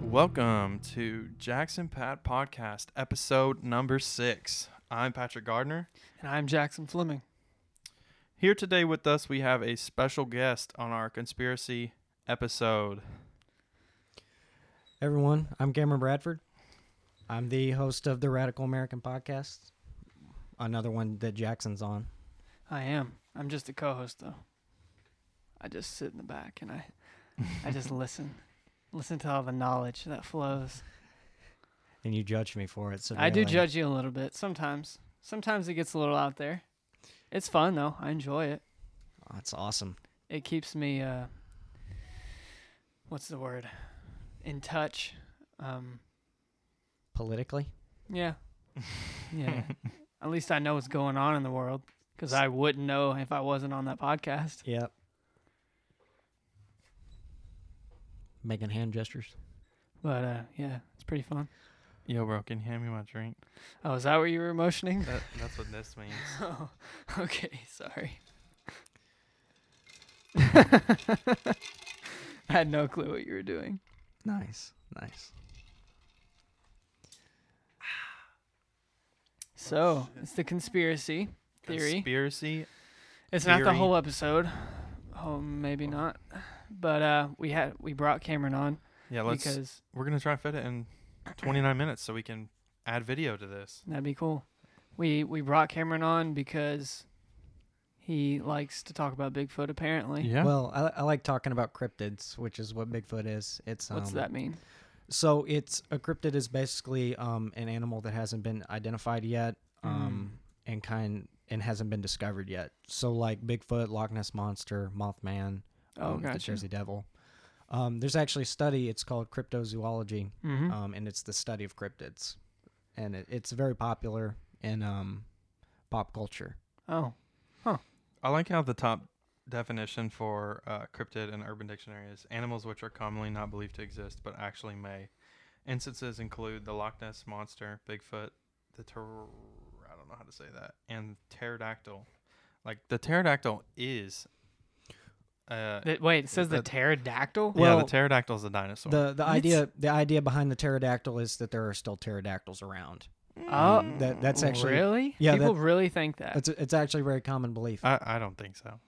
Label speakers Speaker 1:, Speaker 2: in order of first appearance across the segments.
Speaker 1: Welcome to Jackson Pat Podcast, episode number six. I'm Patrick Gardner.
Speaker 2: And I'm Jackson Fleming.
Speaker 1: Here today with us, we have a special guest on our conspiracy episode.
Speaker 3: Everyone, I'm Cameron Bradford. I'm the host of the Radical American Podcast, another one that Jackson's on.
Speaker 2: I am. I'm just a co-host though. I just sit in the back and I, I just listen, listen to all the knowledge that flows.
Speaker 3: And you judge me for it. So
Speaker 2: I do judge you a little bit sometimes. Sometimes it gets a little out there. It's fun though. I enjoy it.
Speaker 3: oh, That's awesome.
Speaker 2: It keeps me, uh, what's the word, in touch. Um,
Speaker 3: Politically,
Speaker 2: yeah, yeah. At least I know what's going on in the world because I wouldn't know if I wasn't on that podcast.
Speaker 3: yep. Making hand gestures.
Speaker 2: But uh, yeah, it's pretty fun.
Speaker 1: Yo, bro, can you hand me my drink?
Speaker 2: Oh, is that what you were motioning?
Speaker 1: That, that's what this means.
Speaker 2: Oh, okay. Sorry. I had no clue what you were doing.
Speaker 3: Nice, nice.
Speaker 2: So it's the conspiracy theory.
Speaker 1: Conspiracy.
Speaker 2: it's not the
Speaker 1: theory.
Speaker 2: whole episode. Oh, maybe not. But uh, we had we brought Cameron on
Speaker 1: Yeah, let's.
Speaker 2: because
Speaker 1: we're gonna try and fit it in 29 minutes so we can add video to this.
Speaker 2: that'd be cool. We we brought Cameron on because he likes to talk about Bigfoot. Apparently,
Speaker 1: Yeah.
Speaker 3: Well, I, I like talking about cryptids, which is what Bigfoot is. It's um,
Speaker 2: what's that mean?
Speaker 3: So it's a cryptid is basically um, an animal that hasn't been identified yet,
Speaker 2: Hmm.
Speaker 3: um, and kind and hasn't been discovered yet. So like Bigfoot, Loch Ness monster, Mothman,
Speaker 2: Oh,
Speaker 3: um, the
Speaker 2: gotcha.
Speaker 3: Jersey Devil. Um, there's actually a study. It's called cryptozoology,
Speaker 2: Mm-hmm.
Speaker 3: um, and it's the study of cryptids, and it, it's very popular in um, pop culture.
Speaker 2: oh,
Speaker 1: I like how the top definition for uh, cryptid in Urban Dictionary is animals which are commonly not believed to exist but actually may. Instances include the Loch Ness monster, Bigfoot, the ter- I don't know how to say that, and pterodactyl. Like the pterodactyl is. Uh,
Speaker 2: Th- wait, it says the
Speaker 1: that-
Speaker 2: pterodactyl.
Speaker 1: yeah,
Speaker 3: well,
Speaker 1: the pterodactyl is a dinosaur.
Speaker 3: The the
Speaker 2: What?
Speaker 3: idea the idea behind the pterodactyl is that there are still pterodactyls around.
Speaker 2: Oh,
Speaker 3: That that's actually
Speaker 2: really?
Speaker 3: yeah,
Speaker 2: people
Speaker 3: that-
Speaker 2: really think that.
Speaker 3: it's it's actually a very common belief.
Speaker 1: I, I don't think so.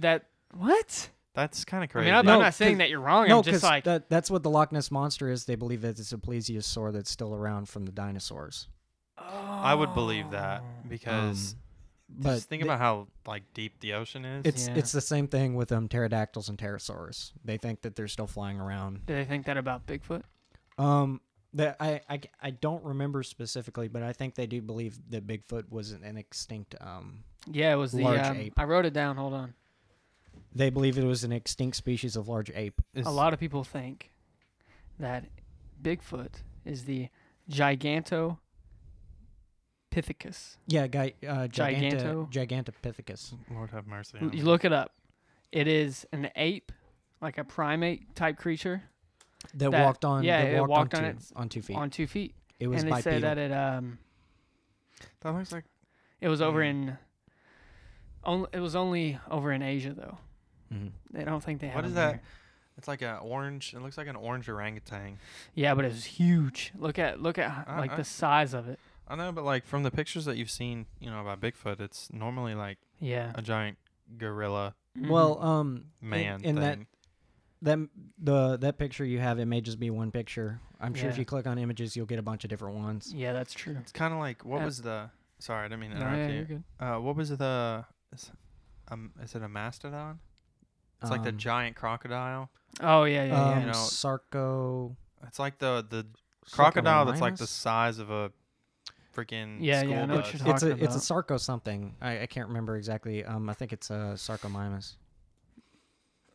Speaker 2: that what?
Speaker 1: That's kind of
Speaker 2: I
Speaker 1: crazy.
Speaker 2: mean, I'm,
Speaker 3: No,
Speaker 2: I'm not saying
Speaker 3: 'cause-
Speaker 2: that you're wrong.
Speaker 3: no,
Speaker 2: I'm just
Speaker 3: 'cause
Speaker 2: like,
Speaker 3: that, that's what the Loch Ness monster is. They believe that it's a plesiosaur that's still around from the dinosaurs.
Speaker 1: I would believe that because
Speaker 3: Um, But
Speaker 1: just think
Speaker 3: they-
Speaker 1: about how like deep the ocean is.
Speaker 3: it's
Speaker 2: Yeah.
Speaker 3: it's the same thing with um, pterodactyls and pterosaurs. They think that they're still flying around.
Speaker 2: Do they think that about Bigfoot?
Speaker 3: Um, that I, I I don't remember specifically, but I think they do believe that Bigfoot was an, an extinct. Um,
Speaker 2: Yeah, it was the.
Speaker 3: Large
Speaker 2: um,
Speaker 3: ape.
Speaker 2: I wrote it down. Hold on.
Speaker 3: they believe it was an extinct species of large ape.
Speaker 1: It's-
Speaker 2: A lot of people think that Bigfoot is the Gigantopithecus.
Speaker 3: Yeah, guy, uh,
Speaker 2: Giganto?
Speaker 3: Giganta, Gigantopithecus.
Speaker 1: Lord have mercy.
Speaker 2: L-
Speaker 1: on me.
Speaker 2: You look it up. It is an ape, like a primate type creature,
Speaker 3: That,
Speaker 2: That-
Speaker 3: walked on.
Speaker 2: yeah,
Speaker 3: that
Speaker 2: it walked
Speaker 3: on,
Speaker 2: on
Speaker 3: two,
Speaker 2: its-
Speaker 3: on two feet.
Speaker 2: on two feet,
Speaker 3: it was
Speaker 2: and they say
Speaker 3: bipedal.
Speaker 2: that it um
Speaker 1: that looks like
Speaker 2: It was over
Speaker 1: Mm.
Speaker 2: in. Only it was only over in Asia though.
Speaker 3: Mhm.
Speaker 2: They don't think they have.
Speaker 1: What is
Speaker 2: them
Speaker 1: that?
Speaker 2: here.
Speaker 1: It's like an orange. It looks like an orange orangutan.
Speaker 2: Yeah, but it was huge. Look at look at h-
Speaker 1: I-
Speaker 2: like
Speaker 1: I-
Speaker 2: the size of it.
Speaker 1: I know, but like from the pictures that you've seen, you know about Bigfoot, it's normally like
Speaker 2: Yeah.
Speaker 1: a giant gorilla
Speaker 2: Mhm.
Speaker 3: Well, um, in-
Speaker 1: Mm-hmm. man
Speaker 3: in, that
Speaker 1: thing.
Speaker 3: that the that picture you have, it may just be one picture. I'm sure if
Speaker 2: Yeah.
Speaker 3: you click on images, you'll get a bunch of different ones.
Speaker 2: Yeah, that's true.
Speaker 1: It's kind of like what
Speaker 2: Uh,
Speaker 1: was the? Sorry, I didn't mean to
Speaker 2: No,
Speaker 1: interrupt
Speaker 2: yeah,
Speaker 1: you.
Speaker 2: you're good.
Speaker 1: Uh, what was the? Is, um, is it a mastodon? It's like the
Speaker 3: Um,
Speaker 1: giant crocodile.
Speaker 2: Oh yeah, yeah,
Speaker 3: um,
Speaker 2: yeah.
Speaker 1: know-
Speaker 3: sarco
Speaker 1: It's like the the crocodile that's like the
Speaker 3: sarcolinus?
Speaker 1: size of a freaking
Speaker 2: Yeah, yeah,
Speaker 1: school
Speaker 2: I know
Speaker 1: bus.
Speaker 2: what you're
Speaker 3: It's a
Speaker 2: talking
Speaker 3: it's a sarco something. I, I can't remember exactly. Um, I think it's a sarcomimus.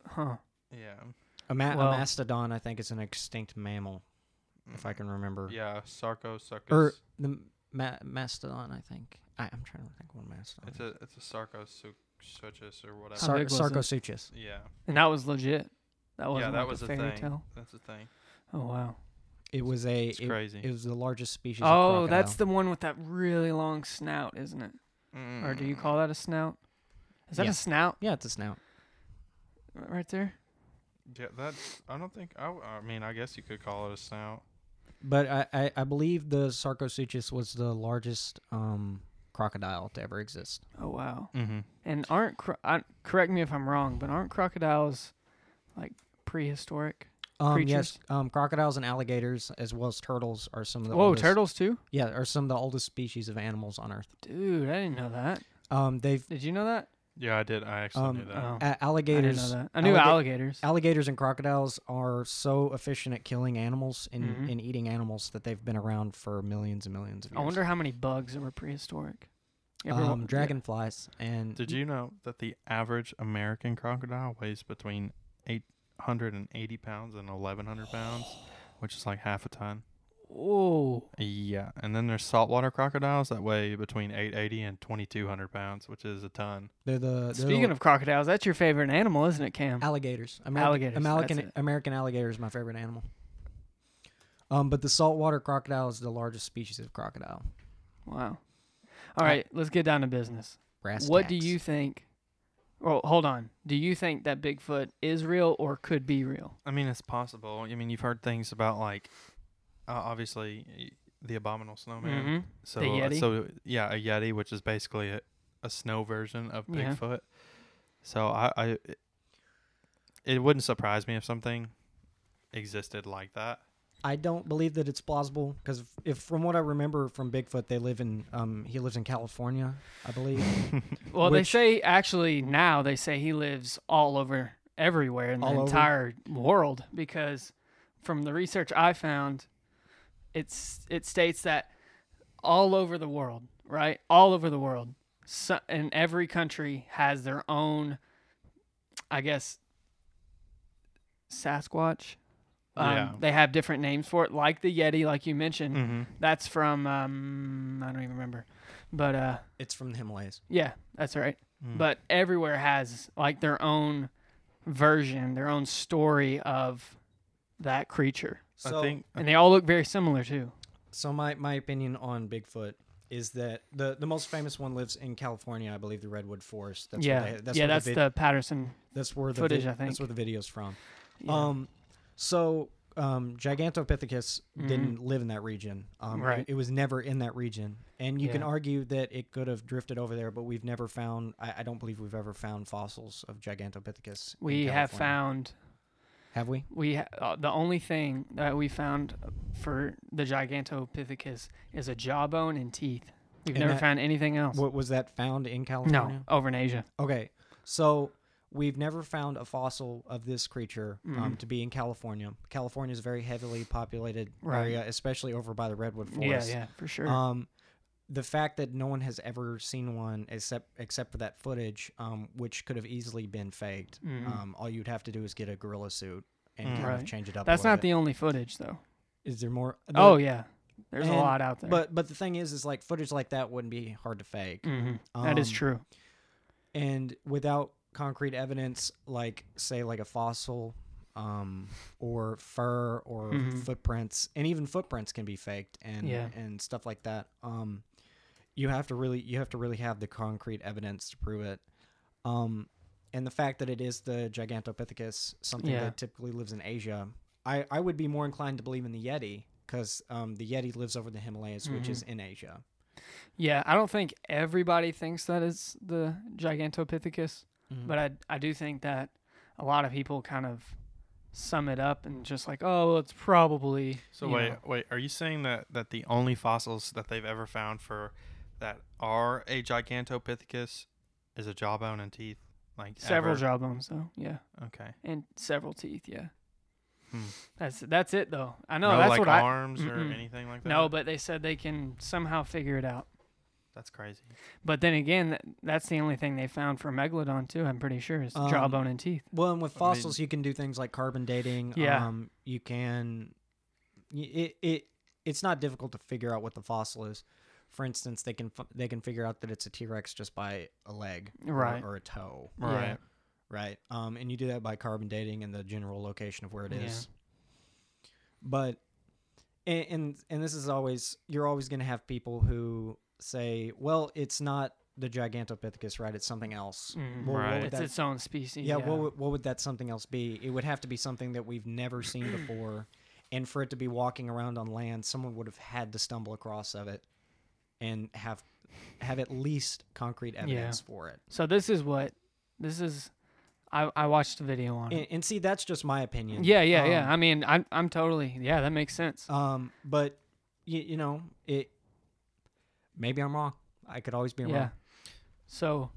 Speaker 2: Huh.
Speaker 1: yeah,
Speaker 3: A, ma-
Speaker 2: Well-
Speaker 3: a mastodon, I think, is an extinct mammal, if I can remember.
Speaker 1: yeah, sarcosuchus.
Speaker 2: Er,
Speaker 3: Or the ma- mastodon, I think. I, I'm trying to think of one mastodon.
Speaker 1: it's a uh, it's a sarcosuchus or whatever.
Speaker 2: How
Speaker 3: Sar-
Speaker 2: big was it?
Speaker 3: sarcosuchus.
Speaker 1: yeah,
Speaker 2: And that was legit. That was
Speaker 1: yeah, that was
Speaker 2: a
Speaker 1: a
Speaker 2: fairy
Speaker 1: thing.
Speaker 2: tale.
Speaker 1: That's the thing.
Speaker 2: Oh wow.
Speaker 3: It was a.
Speaker 1: It's
Speaker 3: it,
Speaker 1: crazy.
Speaker 3: it was the largest species.
Speaker 2: Oh,
Speaker 3: of crocodile.
Speaker 2: that's the one with that really long snout, isn't it? Or do you
Speaker 1: Mm.
Speaker 2: call that a snout? Is that
Speaker 3: Yeah.
Speaker 2: a snout
Speaker 3: Yeah, it's a snout.
Speaker 2: right there?
Speaker 1: Yeah, that's. I don't think. I, w- I mean, I guess you could call it a snout.
Speaker 3: But I, I, I believe the Sarcosuchus was the largest um, crocodile to ever exist.
Speaker 2: Oh wow.
Speaker 1: Mm-hmm.
Speaker 2: And aren't cro- I, correct me if I'm wrong, but aren't crocodiles like prehistoric?
Speaker 3: Um,
Speaker 2: Creatures?
Speaker 3: Yes, um, crocodiles and alligators, as well as turtles, are some of the
Speaker 2: Whoa,
Speaker 3: oldest,
Speaker 2: turtles too?
Speaker 3: Yeah, are some of the oldest species of animals on Earth.
Speaker 2: Dude, I didn't know that.
Speaker 3: Um, they've
Speaker 2: Did you know that?
Speaker 1: Yeah, I did. I actually knew
Speaker 3: Um,
Speaker 1: that.
Speaker 2: Oh,
Speaker 3: a-
Speaker 2: I didn't know
Speaker 3: alligators.
Speaker 2: that. I knew
Speaker 3: alliga-
Speaker 2: alligators.
Speaker 3: Alligators and crocodiles are so efficient at killing animals and,
Speaker 2: Mhm.
Speaker 3: and eating animals that they've been around for millions and millions of years.
Speaker 2: I wonder how many bugs were prehistoric. You ever wa-
Speaker 3: um, dragonflies and
Speaker 1: Did you know that the average American crocodile weighs between 880 pounds and 1,100 pounds, which is like half a ton?
Speaker 2: Whoa.
Speaker 1: Yeah. And then there's saltwater crocodiles that weigh between 880 and 2,200 pounds, which is a ton.
Speaker 3: they're the they're
Speaker 2: Speaking
Speaker 3: the
Speaker 2: of crocodiles, that's your favorite animal, isn't it, Cam?
Speaker 3: alligators. Ameri-
Speaker 2: Mm-hmm. Alligators, that's
Speaker 3: American
Speaker 2: it.
Speaker 3: American alligator is my favorite animal. Um, but the saltwater crocodile is the largest species of crocodile.
Speaker 2: wow. All right, let's get down to business.
Speaker 3: Brass
Speaker 2: what do
Speaker 3: tacks.
Speaker 2: you think? Well, hold on. Do you think that Bigfoot is real or could be real?
Speaker 1: I mean, it's possible. I mean, you've heard things about like, uh, obviously, y- the abominable snowman.
Speaker 2: Mhm.
Speaker 1: So, uh,
Speaker 2: Yeti?
Speaker 1: so yeah, a yeti, which is basically a, a snow version of
Speaker 2: Yeah.
Speaker 1: Bigfoot. So I, I, it- it wouldn't surprise me if something existed like that.
Speaker 3: I don't believe that it's plausible because if from what I remember from Bigfoot, they live in um he lives in California, I believe.
Speaker 2: Well,
Speaker 3: Which-
Speaker 2: they say actually now they say he lives all over everywhere in the
Speaker 3: All over?
Speaker 2: entire world because from the research I found, it's it states that all over the world, right? All over the world, so, and every country has their own, I guess, Sasquatch. Um,
Speaker 1: Yeah.
Speaker 2: They have different names for it, like the Yeti, like you mentioned.
Speaker 3: Hmm.
Speaker 1: Mm-hmm.
Speaker 2: That's from um, I don't even remember, but uh,
Speaker 3: it's from the Himalayas.
Speaker 2: yeah, that's right
Speaker 3: Hmm.
Speaker 1: Mm.
Speaker 2: but everywhere has like their own version, their own story of that creature.
Speaker 1: I
Speaker 3: So
Speaker 1: think
Speaker 2: And they all look very similar too.
Speaker 3: so my, my opinion on Bigfoot is that the, the most famous one lives in California, I believe the redwood forest. That's
Speaker 2: yeah.
Speaker 3: where they, that's
Speaker 2: yeah,
Speaker 3: where
Speaker 2: that's
Speaker 3: the,
Speaker 2: the,
Speaker 3: vid-
Speaker 2: Patterson.
Speaker 3: that's where the
Speaker 2: footage,
Speaker 3: vid-
Speaker 2: I think.
Speaker 3: that's where the video's from.
Speaker 2: Yeah.
Speaker 3: Um, so um, Gigantopithecus didn't live in that region. Um, it-
Speaker 2: Mm-hmm. Right.
Speaker 3: It, was never in that region, and you can
Speaker 2: Yeah.
Speaker 3: argue that it could have drifted over there, but we've never found. I, I don't believe we've ever found fossils of Gigantopithecus. in
Speaker 2: we have
Speaker 3: California.
Speaker 2: found
Speaker 3: Have we?
Speaker 2: we ha- uh, the only thing that we found for the Gigantopithecus is a jawbone and teeth. We've
Speaker 3: And
Speaker 2: never
Speaker 3: that-
Speaker 2: found anything else.
Speaker 3: What was that found in
Speaker 2: no,
Speaker 3: California?
Speaker 2: over in Asia.
Speaker 3: Okay, so. We've never found a fossil of this creature um,
Speaker 2: Mhm.
Speaker 3: to be in California. California is a very heavily populated
Speaker 2: Right.
Speaker 3: area, especially over by the redwood
Speaker 2: Yeah,
Speaker 3: forest.
Speaker 2: yeah, for sure.
Speaker 3: Um, the fact that no one has ever seen one except except for that footage, um, which could have easily been faked.
Speaker 2: Mhm.
Speaker 3: Um, all you'd have to do is get a gorilla suit and
Speaker 1: Mm.
Speaker 3: kind
Speaker 2: Right.
Speaker 3: of change it up.
Speaker 2: that's not the only footage though.
Speaker 3: the. Is there more?
Speaker 2: oh
Speaker 3: the-
Speaker 2: yeah, there's a
Speaker 3: and-
Speaker 2: lot out there.
Speaker 3: But but the thing is, is like footage like that wouldn't be hard to fake,
Speaker 2: Mhm. that is
Speaker 3: um,
Speaker 2: true.
Speaker 3: and without concrete evidence, like say like a fossil. Um, or fur or
Speaker 2: Mhm.
Speaker 3: footprints, and even footprints can be faked, and
Speaker 2: Yeah.
Speaker 3: and stuff like that. Um, you have to really you have to really have the concrete evidence to prove it um and the fact that it is the gigantopithecus something
Speaker 2: Yeah.
Speaker 3: that typically lives in asia i i would be more inclined to believe in the yeti because um the yeti lives over the himalayas which
Speaker 2: Mm-hmm.
Speaker 3: is in asia
Speaker 2: Yeah, I don't think everybody thinks that is the Gigantopithecus,
Speaker 1: Hmm.
Speaker 3: Mhm.
Speaker 2: but I I do think that a lot of people kind of sum it up and just like, oh, well, it's probably
Speaker 1: so.
Speaker 2: you
Speaker 1: Wait,
Speaker 2: know."
Speaker 1: wait. Are you saying that that the only fossils that they've ever found for that are a Gigantopithecus is a jawbone and teeth, like
Speaker 2: several
Speaker 1: ever?
Speaker 2: jawbones though, yeah,
Speaker 1: okay.
Speaker 2: and several teeth, yeah.
Speaker 1: Hmm.
Speaker 2: That's that's it though. I know
Speaker 1: no,
Speaker 2: that's
Speaker 1: like
Speaker 2: what I
Speaker 1: arms or
Speaker 2: Mm-mm.
Speaker 1: anything like that.
Speaker 2: no, but they said they can somehow figure it out.
Speaker 1: that's crazy.
Speaker 2: But then again, that, that's the only thing they found for megalodon too. I'm pretty sure is
Speaker 3: Um,
Speaker 2: jawbone and teeth.
Speaker 3: well and with
Speaker 1: I mean-
Speaker 3: fossils you can do things like carbon dating
Speaker 2: Yeah.
Speaker 3: um you can y- it it it's not difficult to figure out what the fossil is for instance they can f- they can figure out that it's a t-rex just by a leg or-
Speaker 2: Right.
Speaker 3: or, a toe
Speaker 2: Yeah.
Speaker 1: Right.
Speaker 3: right? Um, and you do that by carbon dating and the general location of where it
Speaker 2: Yeah.
Speaker 3: is. But and, and and this is always you're always going to have people who say, well, it's not the Gigantopithecus, right? It's something else.
Speaker 2: Mm,
Speaker 3: Well, what
Speaker 1: right.
Speaker 3: would
Speaker 2: It's
Speaker 3: that-
Speaker 2: its own species.
Speaker 3: yeah, What, would, what would that something else be? It would have to be something that we've never seen before. And for it to be walking around on land, someone would have had to stumble across of it and have have at least concrete evidence for it.
Speaker 2: So this is what this is. I I watched the video on
Speaker 3: And,
Speaker 2: it.
Speaker 3: and see, that's just my opinion.
Speaker 2: Yeah, yeah,
Speaker 3: Um,
Speaker 2: yeah. I mean, I'm I'm totally. Yeah, that makes sense.
Speaker 3: Um, but you, you know, it maybe I'm wrong. I could always be
Speaker 2: yeah.
Speaker 3: wrong.
Speaker 2: So,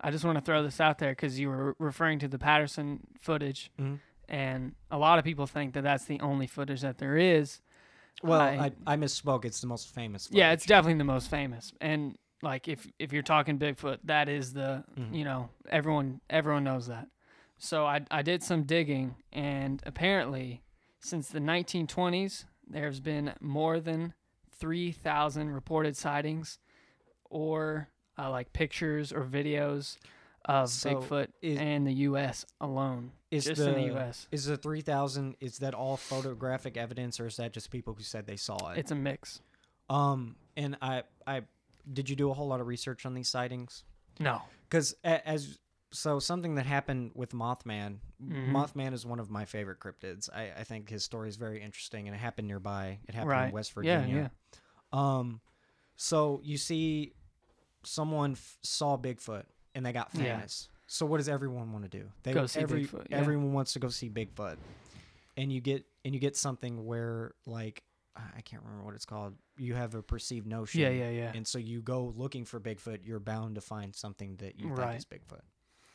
Speaker 2: I just want to throw this out there because you were referring to the Patterson footage,
Speaker 3: Mhm.
Speaker 2: and a lot of people think that that's the only footage that there is.
Speaker 3: Well, I,
Speaker 2: I-
Speaker 3: I, misspoke. It's the most famous.
Speaker 2: Yeah, it's
Speaker 3: footage.
Speaker 2: definitely the most famous. And like if if you're talking Bigfoot, that is the
Speaker 3: Mhm.
Speaker 2: you know everyone everyone knows that. So I I did some digging, and apparently since the 1920s, there's been more than 3,000 reported sightings, or uh, like pictures or videos of
Speaker 3: So
Speaker 2: Bigfoot
Speaker 3: is-
Speaker 2: in the U.S. alone,
Speaker 3: is
Speaker 2: just in the U.S.
Speaker 3: Is the three thousand? Is that all photographic evidence, or is that just people who said they saw it?
Speaker 2: It's a mix.
Speaker 3: um, and I I did you do a whole lot of research on these sightings?
Speaker 2: No.
Speaker 3: Because as so something that happened with Mothman.
Speaker 2: Mhm.
Speaker 3: Mothman is one of my favorite cryptids. I, I think his story is very interesting, and it happened nearby. It happened
Speaker 2: right.
Speaker 3: in West
Speaker 2: Yeah,
Speaker 3: Virginia.
Speaker 2: yeah.
Speaker 3: Um, so you see, someone f- saw Bigfoot and they got
Speaker 2: Yeah.
Speaker 3: famous. So what does everyone want to do? They
Speaker 2: Go see
Speaker 3: every-
Speaker 2: Bigfoot, yeah.
Speaker 3: Everyone wants to go see Bigfoot, and you get and you get something where like I I can't remember what it's called. You have a perceived notion.
Speaker 2: Yeah, yeah, yeah.
Speaker 3: And so you go looking for Bigfoot. You're bound to find something that you
Speaker 2: Right.
Speaker 3: think is Bigfoot.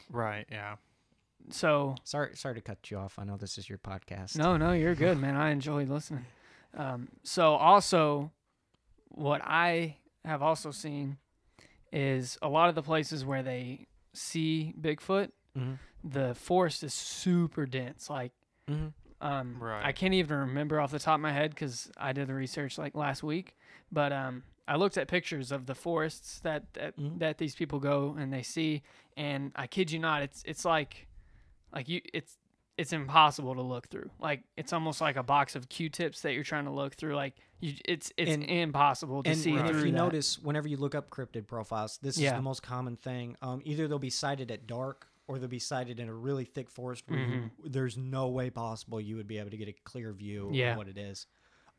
Speaker 1: Right. Yeah.
Speaker 2: So
Speaker 3: Sorry, sorry to cut you off. I know this is your podcast.
Speaker 2: No, no, you're good, man. I enjoyed listening. Um, so also, what I have also seen is a lot of the places where they see Bigfoot,
Speaker 3: Mhm.
Speaker 2: the forest is super dense. Like,
Speaker 3: Mhm.
Speaker 2: um, I
Speaker 1: Right.
Speaker 2: can't even remember off the top of my head because I did the research like last week. But um, I looked at pictures of the forests that that,
Speaker 3: Mhm.
Speaker 2: that these people go and they see, and I kid you not, it's it's like, like you, it's it's impossible to look through. Like it's almost like a box of Q-tips that you're trying to look through. Like you, it's it's
Speaker 3: And-
Speaker 2: impossible to
Speaker 3: and,
Speaker 2: see
Speaker 3: and
Speaker 2: through.
Speaker 3: if you
Speaker 2: that.
Speaker 3: notice whenever you look up cryptid profiles this is
Speaker 2: Yeah.
Speaker 3: the most common thing um, either they'll be sighted at dark or they'll be sighted in a really thick forest where you,
Speaker 2: Mm-hmm.
Speaker 3: there's no way possible you would be able to get a clear view
Speaker 2: Yeah.
Speaker 3: of what it is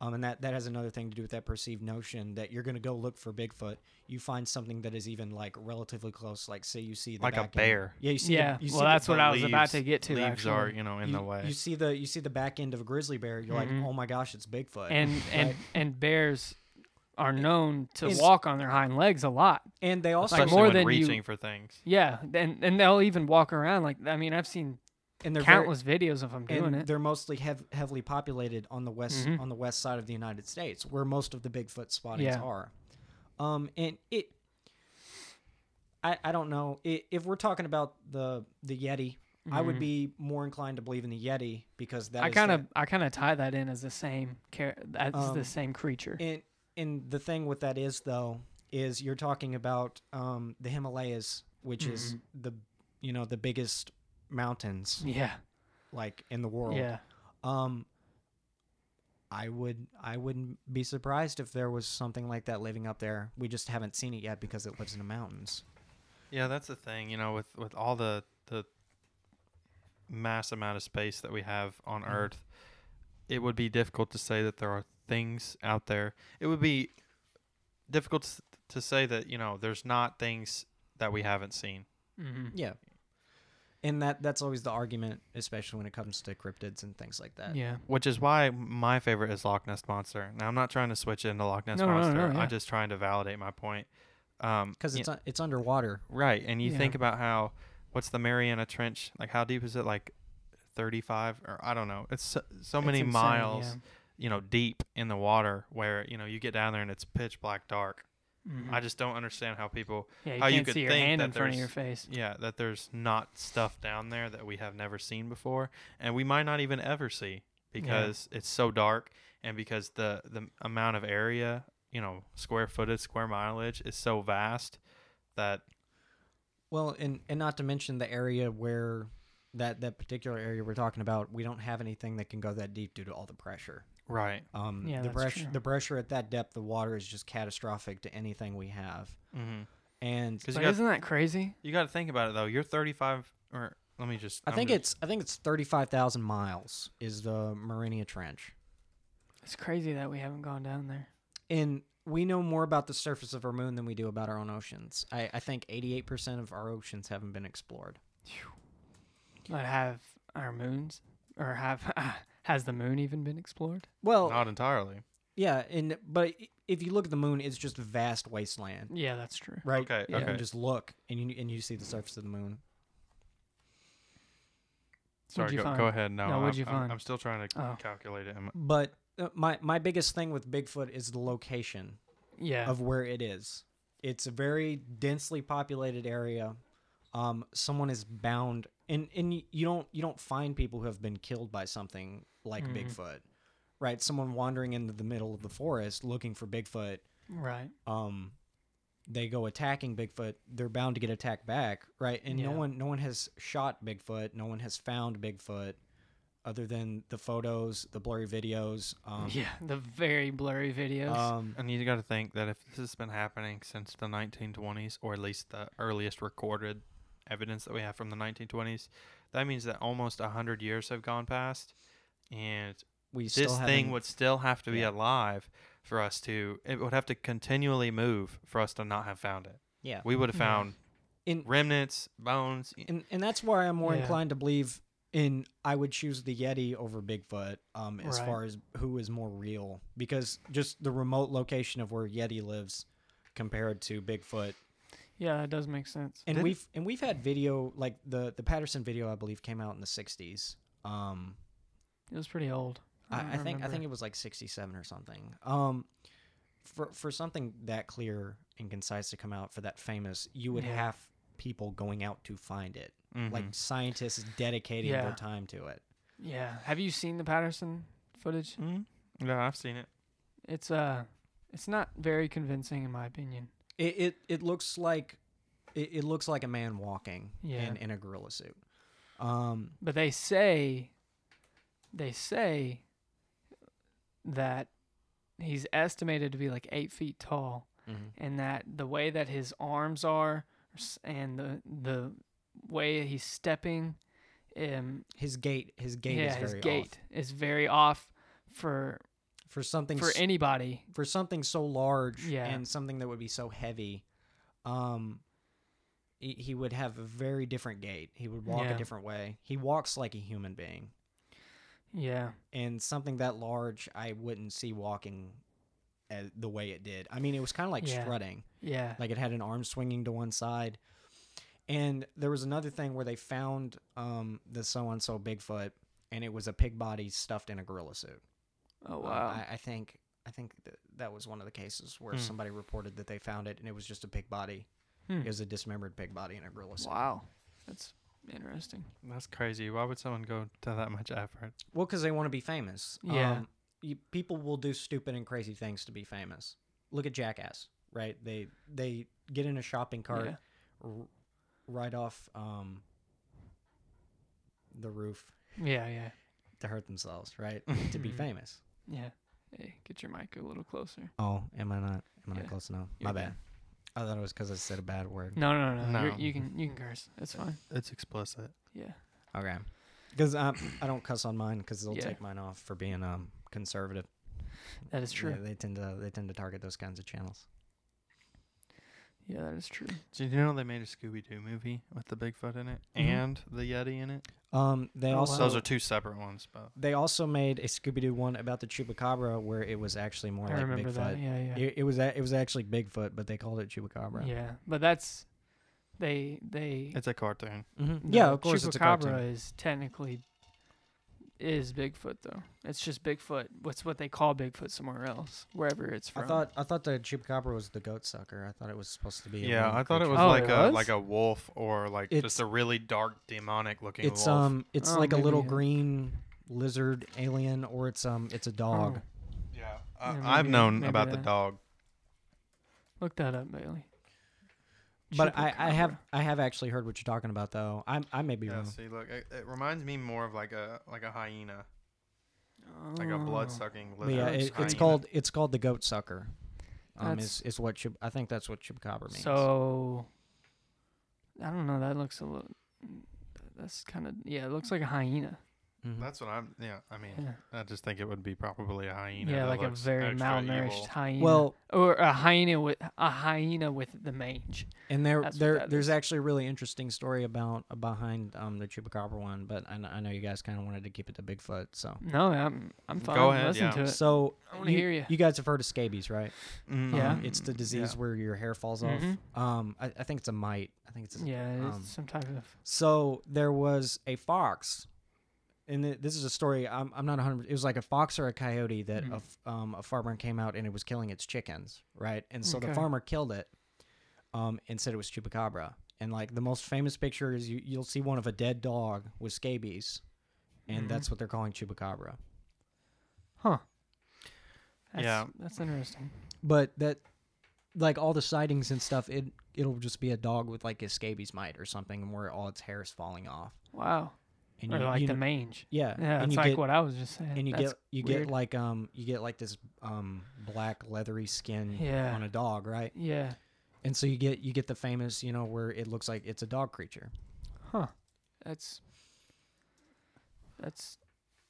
Speaker 3: um, and that, that has another thing to do with that perceived notion that you're going to go look for bigfoot you find something that is even like relatively close like say you see the
Speaker 1: Like a
Speaker 3: back end-
Speaker 1: bear.
Speaker 3: yeah you see
Speaker 2: yeah,
Speaker 3: the, you see
Speaker 2: well,
Speaker 3: the-
Speaker 2: that's what
Speaker 1: But
Speaker 2: I was about
Speaker 1: leaves-
Speaker 2: to get to.
Speaker 1: Leaves
Speaker 2: actually.
Speaker 1: are you know in
Speaker 3: you,
Speaker 1: the way.
Speaker 3: you see the you see the back end of a grizzly bear you're
Speaker 2: Mhm.
Speaker 3: like oh my gosh it's bigfoot
Speaker 2: and and
Speaker 3: Right.
Speaker 2: and bears are known to
Speaker 3: It's-
Speaker 2: walk on their hind legs a lot.
Speaker 3: and they also
Speaker 1: Especially
Speaker 2: more
Speaker 1: when
Speaker 2: than you-
Speaker 1: reaching for things.
Speaker 2: Yeah, and and they'll even walk around like I mean I've seen
Speaker 3: and they're very-
Speaker 2: countless videos of them doing
Speaker 3: and
Speaker 2: it.
Speaker 3: they're mostly heav- heavily populated on the west
Speaker 2: Mhm.
Speaker 3: on the west side of the United States, where most of the Bigfoot spottings
Speaker 2: Yeah.
Speaker 3: are. Um, and it, I, I don't know I if we're talking about the the Yeti. I would be more inclined to believe in the Yeti because that
Speaker 2: Mm-hmm. I
Speaker 3: is
Speaker 2: kind
Speaker 3: the-
Speaker 2: of I kind of tie that in as the same care as
Speaker 3: Um,
Speaker 2: the same creature.
Speaker 3: and and the thing with that is though is you're talking about um, the Himalayas, which is
Speaker 2: Mm-hmm.
Speaker 3: the you know the biggest mountains
Speaker 2: yeah,
Speaker 3: like in the world.
Speaker 2: yeah,
Speaker 3: Um, I would I wouldn't be surprised if there was something like that living up there. We just haven't seen it yet because it lives in the mountains.
Speaker 1: Yeah, that's the thing, you know, with with all the the mass amount of space that we have on Earth, it would be difficult to say that there are things out there. It would be difficult s- to say that you know there's not things that we haven't seen.
Speaker 2: hmm
Speaker 3: Yeah. And that that's always the argument, especially when it comes to cryptids and things like that.
Speaker 2: yeah.
Speaker 1: Which is why my favorite is Loch Ness monster. Now I'm not trying to switch into Loch Ness
Speaker 2: No, no, no,
Speaker 1: monster.
Speaker 2: yeah.
Speaker 1: I'm just trying to validate my point. Um,
Speaker 3: Because
Speaker 1: y-
Speaker 3: it's un- it's underwater.
Speaker 1: right, and you
Speaker 2: Yeah.
Speaker 1: think about how what's the Mariana Trench? Like how deep is it? Like 35 or I don't know. It's so, so
Speaker 2: It's
Speaker 1: many
Speaker 2: insane,
Speaker 1: miles. you know, deep in the water where, you know, you get down there and it's pitch black dark.
Speaker 2: Yeah, Mhm.
Speaker 1: I just don't understand how people,
Speaker 2: Yeah, you
Speaker 1: how you
Speaker 2: can't
Speaker 1: could
Speaker 2: see your
Speaker 1: think
Speaker 2: hand
Speaker 1: that
Speaker 2: in front of
Speaker 1: there's-
Speaker 2: your face.
Speaker 1: yeah, that there's not stuff down there that we have never seen before and we might not even ever see because it's so dark and because the the amount of area, you know, square footage, square mileage is so vast that
Speaker 3: Well, and and not to mention the area where that that particular area we're talking about, we don't have anything that can go that deep due to all the pressure.
Speaker 1: right.
Speaker 3: Um,
Speaker 2: Yeah,
Speaker 3: the
Speaker 2: that's
Speaker 3: pressure
Speaker 2: true.
Speaker 3: the pressure at that depth of water is just catastrophic to anything we have.
Speaker 1: Mhm.
Speaker 3: and
Speaker 1: Because
Speaker 2: But
Speaker 1: you got
Speaker 2: isn't that crazy?
Speaker 1: you got to think about it though. You're 35, or let me just.
Speaker 3: I
Speaker 1: I'm
Speaker 3: think
Speaker 1: just-
Speaker 3: it's I think it's thirty five thousand miles is the Marinia Trench,
Speaker 2: It's crazy that we haven't gone down there.
Speaker 3: and we know more about the surface of our moon than we do about our own oceans. I, I think eighty eight percent of our oceans haven't been explored.
Speaker 2: But have our moons, or have has the moon even been explored?
Speaker 3: Well,
Speaker 1: not entirely.
Speaker 3: yeah, and but i- if you look at the moon, it's just vast wasteland,
Speaker 2: Yeah, that's true.
Speaker 3: right?
Speaker 1: Okay,
Speaker 3: You
Speaker 1: okay.
Speaker 3: can just look and you and you see the surface of the moon.
Speaker 1: Sorry,
Speaker 2: you
Speaker 1: go,
Speaker 2: find?
Speaker 1: go ahead. No,
Speaker 2: No, what'd
Speaker 1: I'm,
Speaker 2: you
Speaker 1: I'm-
Speaker 2: find?
Speaker 1: I'm still trying to
Speaker 2: Oh.
Speaker 1: calculate it. in my-
Speaker 3: But uh, my my biggest thing with Bigfoot is the location
Speaker 2: Yeah.
Speaker 3: of where it is. It's a very densely populated area. Um, someone is bound, and and y- you don't you don't find people who have been killed by something like
Speaker 2: Mhm.
Speaker 1: Mm-hmm.
Speaker 3: Bigfoot, right? Someone wandering into the middle of the forest looking for Bigfoot.
Speaker 2: right.
Speaker 3: Um, they go attacking Bigfoot. They're bound to get attacked back, right? And no
Speaker 2: Yeah.
Speaker 3: one no one has shot Bigfoot. No one has found Bigfoot, other than the photos, the blurry videos. Um,
Speaker 2: yeah. The very blurry videos.
Speaker 3: um,
Speaker 1: And you got to think that if this has been happening since the 1920s, or at least the earliest recorded evidence that we have from the 1920s, that means that almost 100 years have gone past. And
Speaker 3: we still
Speaker 1: this
Speaker 3: haven't-
Speaker 1: thing would still have to be
Speaker 3: Yeah.
Speaker 1: alive for us to, it would have to continually move for us to not have found it.
Speaker 3: yeah.
Speaker 1: We would have
Speaker 2: Yeah.
Speaker 1: found
Speaker 3: In-
Speaker 1: remnants, bones. y-
Speaker 3: and and that's why I'm more
Speaker 2: Yeah.
Speaker 3: inclined to believe in I would choose the Yeti over Bigfoot um as
Speaker 2: Right.
Speaker 3: far as who is more real because just the remote location of where Yeti lives compared to Bigfoot
Speaker 2: yeah, that does make sense.
Speaker 3: and
Speaker 1: Didn't-
Speaker 3: we've and we've had video like the the Patterson video I believe came out in the 60s um
Speaker 2: It was pretty old.
Speaker 3: I,
Speaker 2: don't
Speaker 3: I think I
Speaker 2: remember.
Speaker 3: think it was like 67 or something um for for something that clear and concise to come out for that famous you would
Speaker 2: Yeah. Mm-hmm.
Speaker 3: have people going out to find it like
Speaker 1: mhm.
Speaker 3: scientists dedicating
Speaker 2: Yeah.
Speaker 3: their time to it
Speaker 2: Yeah. Have you seen the Patterson footage?
Speaker 1: Mhm.
Speaker 2: Mm-hmm.
Speaker 1: Yeah, I've seen it.
Speaker 2: It's uh it's not very convincing in my opinion.
Speaker 3: It it, it looks like it, it looks like a man walking
Speaker 2: Yeah.
Speaker 3: in, in a gorilla suit. Um
Speaker 2: But they say they say that he's estimated to be like 8 feet tall and that the way that his arms are s- and the the way he's stepping um
Speaker 3: his gait his gait
Speaker 2: yeah
Speaker 3: is
Speaker 2: his
Speaker 3: very
Speaker 2: gait is very off for
Speaker 3: off. For something
Speaker 2: for
Speaker 3: s-
Speaker 2: anybody
Speaker 3: for something so large
Speaker 2: Yeah.
Speaker 3: and something that would be so heavy, um he, he would have a very different gait. He would walk
Speaker 2: Yeah.
Speaker 3: a different way. He walks like a human being.
Speaker 2: yeah
Speaker 3: And something that large I wouldn't see walking as, the way it did. I mean, it was kind of like
Speaker 2: Yeah.
Speaker 3: strutting.
Speaker 2: yeah
Speaker 3: like it had an arm swinging to one side and there was another thing where they found um the so and so bigfoot and it was a pig body stuffed in a gorilla suit
Speaker 2: oh
Speaker 3: Um,
Speaker 2: wow
Speaker 3: I, I think i think th- that was one of the cases where
Speaker 1: Hmm.
Speaker 3: somebody reported that they found it and it was just a pig body
Speaker 2: Hmm.
Speaker 3: it was a dismembered pig body in a gorilla suit
Speaker 2: wow that's interesting
Speaker 1: That's crazy. Why would someone go to that much effort?
Speaker 3: well because they want to be famous
Speaker 2: Yeah.
Speaker 3: um, you, people will do stupid and crazy things to be famous look at jackass right they they get in a shopping cart
Speaker 2: Yeah.
Speaker 3: r- right off um, the roof
Speaker 2: yeah yeah
Speaker 3: to hurt themselves, right? to be
Speaker 2: Mhm.
Speaker 3: famous.
Speaker 2: Yeah. Hey, get your mic a little closer.
Speaker 3: Oh, am I not? Am I
Speaker 2: Yeah.
Speaker 3: not close enough?
Speaker 2: You're
Speaker 3: My
Speaker 2: good.
Speaker 3: bad. I thought it was because I said a bad word.
Speaker 2: No, no, no. no.
Speaker 1: No.
Speaker 2: you're- You can you can curse. It's fine.
Speaker 1: It's explicit.
Speaker 2: Yeah.
Speaker 3: Okay. Because I I don't cuss on mine because they'll
Speaker 2: Yeah.
Speaker 3: take mine off for being um conservative.
Speaker 2: That is true.
Speaker 3: They, they tend to they tend to target those kinds of channels.
Speaker 2: Yeah, that is true.
Speaker 1: Did you know they made a Scooby Doo movie with the Bigfoot in it
Speaker 3: Mhm.
Speaker 1: and the Yeti in it?
Speaker 3: Um, they
Speaker 2: Oh,
Speaker 3: also
Speaker 2: Mm-hmm. wow.
Speaker 1: Those are two separate ones, but
Speaker 3: they also made a Scooby Doo one about the chupacabra where it was actually more
Speaker 2: I
Speaker 3: like
Speaker 2: remember
Speaker 3: Bigfoot.
Speaker 2: that. Yeah, yeah.
Speaker 3: It, it was a, it was actually Bigfoot, but they called it chupacabra.
Speaker 2: Yeah, but that's they they.
Speaker 1: it's a cartoon.
Speaker 3: Mhm.
Speaker 2: the
Speaker 3: yeah, of course it's a cartoon.
Speaker 2: Chupacabra is technically is Bigfoot though. It's just Bigfoot. What's what they call Bigfoot somewhere else, wherever it's
Speaker 3: I
Speaker 2: from.
Speaker 3: thought I thought the chupacabra was the goat sucker. I thought it was supposed to be. a
Speaker 1: Yeah,
Speaker 3: winged
Speaker 1: I thought it
Speaker 3: creature.
Speaker 1: was
Speaker 2: Oh,
Speaker 1: like
Speaker 2: it
Speaker 1: a
Speaker 2: was?
Speaker 1: like a wolf or like
Speaker 3: It's-
Speaker 1: just a really dark demonic looking
Speaker 3: It's
Speaker 1: wolf.
Speaker 3: um, it's
Speaker 2: Oh,
Speaker 3: like a little
Speaker 2: maybe, yeah.
Speaker 3: green lizard alien, or it's um, it's a dog.
Speaker 2: Oh,
Speaker 1: yeah,
Speaker 2: yeah,
Speaker 1: I I've
Speaker 2: maybe-
Speaker 1: known
Speaker 2: maybe
Speaker 1: about the
Speaker 2: that.
Speaker 1: dog.
Speaker 2: Look that up, Bailey.
Speaker 3: But I, I have
Speaker 2: Chupacabra. Oh.
Speaker 3: Um,
Speaker 2: That's-
Speaker 3: is is what Chub- I think that's what chupacabra means.
Speaker 2: So I don't know. That looks a little. That's kind of yeah. It looks like a hyena.
Speaker 3: Mhm.
Speaker 1: That's what I'm. Yeah, I mean,
Speaker 2: Yeah,
Speaker 1: I just think it would be probably a hyena.
Speaker 2: yeah
Speaker 1: that
Speaker 2: like a
Speaker 1: looks
Speaker 2: very
Speaker 1: extra
Speaker 2: malnourished
Speaker 1: evil.
Speaker 2: hyena.
Speaker 3: well,
Speaker 2: or a hyena with a hyena with the mange.
Speaker 3: and there
Speaker 2: that's what
Speaker 3: there
Speaker 2: that
Speaker 3: there's
Speaker 2: is.
Speaker 3: actually a really interesting story about behind um the chupacabra one, but I, kn- I know you guys kind of wanted to keep it to Bigfoot, so
Speaker 2: No, I'm I'm
Speaker 1: Go
Speaker 2: fine.
Speaker 1: ahead,
Speaker 2: Listen
Speaker 1: yeah.
Speaker 2: to it.
Speaker 3: so
Speaker 2: Uh, I wanna hear ya.
Speaker 3: You guys have heard of scabies, right?
Speaker 1: Mm,
Speaker 2: Yeah.
Speaker 3: Um, it's the disease where your hair falls
Speaker 2: Mhm.
Speaker 3: off. Um, I, I think it's a mite. I think it's a,
Speaker 2: Yeah, it's
Speaker 3: um,
Speaker 2: some type of
Speaker 3: So there was a fox, and th- this is a story. I'm, I'm not 100. It was like a fox or a coyote that a,
Speaker 2: Mhm.
Speaker 3: f- um, a farmer came out and it was killing its chickens, right? And so
Speaker 2: Okay.
Speaker 3: the farmer killed it, um, and said it was chupacabra. And like the most famous picture is you, you'll see one of a dead dog with scabies, and
Speaker 2: Mhm.
Speaker 3: that's what they're calling chupacabra.
Speaker 2: huh. That's,
Speaker 1: Yeah.
Speaker 2: that's interesting.
Speaker 3: But that, like all the sightings and stuff, it it'll just be a dog with like a scabies mite or something, and where all its hair is falling off.
Speaker 2: Wow,
Speaker 3: And
Speaker 2: or like the
Speaker 3: kn-
Speaker 2: mange.
Speaker 3: yeah,
Speaker 2: Yeah,
Speaker 3: and
Speaker 2: it's
Speaker 3: you
Speaker 2: like
Speaker 3: get-
Speaker 2: what I was just saying.
Speaker 3: and you
Speaker 2: That's
Speaker 3: get you
Speaker 2: weird.
Speaker 3: get like um you get like this um black leathery skin
Speaker 2: Yeah.
Speaker 3: on a dog right
Speaker 2: yeah,
Speaker 3: and so you get you get the famous you know where it looks like it's a dog creature
Speaker 2: huh? That's that's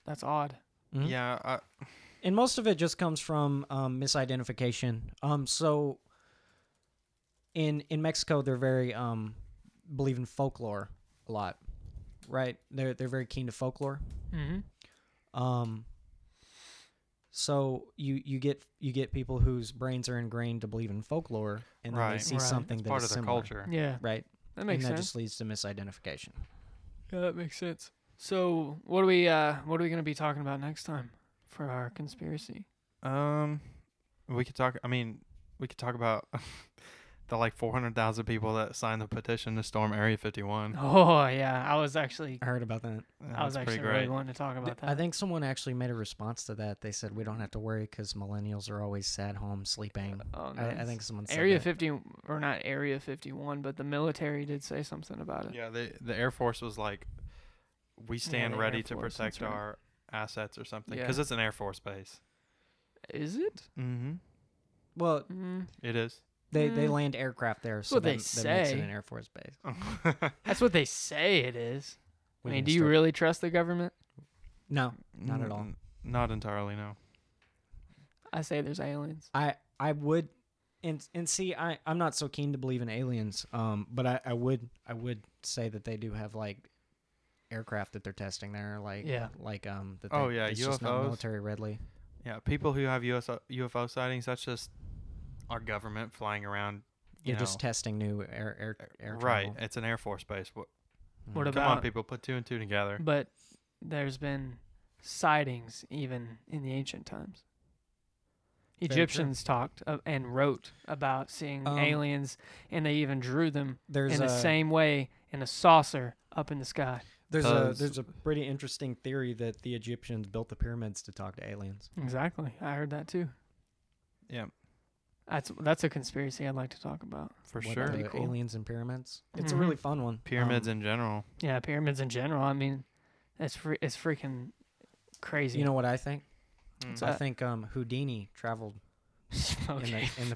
Speaker 2: that's odd.
Speaker 3: Mhm.
Speaker 1: Yeah, uh, I,
Speaker 3: and most of it just comes from um misidentification um so in in mexico they're very um believe in folklore a lot right they're they're very keen to folklore
Speaker 2: Mm-hmm.
Speaker 3: Um, so you you get you get people whose brains are ingrained to believe in folklore, and then they
Speaker 1: Right.
Speaker 3: see
Speaker 2: Right.
Speaker 3: something
Speaker 1: it's
Speaker 3: that
Speaker 1: part
Speaker 3: is
Speaker 1: of the
Speaker 3: similar,
Speaker 1: culture.
Speaker 2: Yeah,
Speaker 3: right?
Speaker 2: that makes
Speaker 3: and that
Speaker 2: sense.
Speaker 3: just leads to misidentification.
Speaker 2: Yeah, that makes sense. So, what are we uh what are we going to be talking about next time for our conspiracy?
Speaker 1: Um, we could talk. I mean, we could talk about the like four hundred thousand people that signed the petition to storm Area Fifty One.
Speaker 2: Oh, yeah. I was actually
Speaker 3: I heard about Mm. that.
Speaker 2: I was
Speaker 1: pretty
Speaker 2: actually
Speaker 1: great.
Speaker 2: really wanting to talk about that.
Speaker 3: I think someone actually made a response to that. They said we don't have to worry because millennials are always sat home sleeping.
Speaker 2: oh,
Speaker 3: I, I
Speaker 2: nice.
Speaker 3: think someone said
Speaker 2: Area
Speaker 3: that.
Speaker 2: 50 or not Area 51, but the military did say something about it.
Speaker 1: Yeah, the the Air Force was like, we stand
Speaker 2: the Air
Speaker 1: ready to
Speaker 2: Force, that's
Speaker 1: protect
Speaker 2: right.
Speaker 1: our assets or something
Speaker 2: Yeah.
Speaker 1: because it's an Air Force base.
Speaker 2: Is it?
Speaker 1: Mm-hmm.
Speaker 3: Well,
Speaker 2: Mm.
Speaker 1: It is.
Speaker 3: they they
Speaker 2: Mm.
Speaker 3: land aircraft there, so
Speaker 2: what they
Speaker 3: that, that makes it
Speaker 2: say.
Speaker 3: an air force base.
Speaker 2: That's what they say it is. I
Speaker 3: We
Speaker 2: mean,
Speaker 3: can
Speaker 2: do you
Speaker 3: start-
Speaker 2: really trust the government?
Speaker 3: No, Not at all.
Speaker 1: N- Not entirely. No.
Speaker 2: I say there's aliens.
Speaker 3: I I would and and see I I'm not so keen to believe in aliens um but I I would I would say that they do have like aircraft that they're testing there like
Speaker 2: Yeah.
Speaker 3: like um that
Speaker 1: Oh,
Speaker 3: they-
Speaker 1: yeah,
Speaker 3: it's just not
Speaker 1: UFOs.
Speaker 3: military readily
Speaker 1: Yeah, people who have USO, UFO sightings, that's just our government flying around. You
Speaker 3: you're
Speaker 1: know,
Speaker 3: just testing new air air, air
Speaker 1: right.
Speaker 3: travel.
Speaker 1: It's an Air Force base. What,
Speaker 3: Mm.
Speaker 2: What
Speaker 1: come on,
Speaker 2: about-
Speaker 1: people, put two and two together.
Speaker 3: Hmm,
Speaker 2: But there's been sightings even in the ancient times.
Speaker 3: true.
Speaker 2: Egyptians talked of, and wrote about seeing
Speaker 3: Um,
Speaker 2: aliens, and they even drew them
Speaker 3: there's
Speaker 2: in the
Speaker 3: a
Speaker 2: same way in a saucer up in the sky.
Speaker 3: there's a
Speaker 1: Does-
Speaker 3: there's a pretty interesting theory that the Egyptians built the pyramids to talk to aliens
Speaker 2: Exactly, I heard that too.
Speaker 1: Yeah,
Speaker 2: That's that's a conspiracy I'd like to talk about.
Speaker 1: for
Speaker 3: What,
Speaker 1: sure.
Speaker 3: the
Speaker 2: That'd be cool.
Speaker 3: aliens and pyramids it's
Speaker 2: Mhm.
Speaker 3: a really fun one
Speaker 1: Pyramids
Speaker 3: Um,
Speaker 1: in general.
Speaker 2: Yeah, pyramids in general. I mean, it's fre- it's freaking crazy.
Speaker 3: you know what I think
Speaker 1: Mm.
Speaker 2: So-
Speaker 3: I
Speaker 2: Uh,
Speaker 3: think um Houdini traveled in
Speaker 2: okay.
Speaker 3: the in the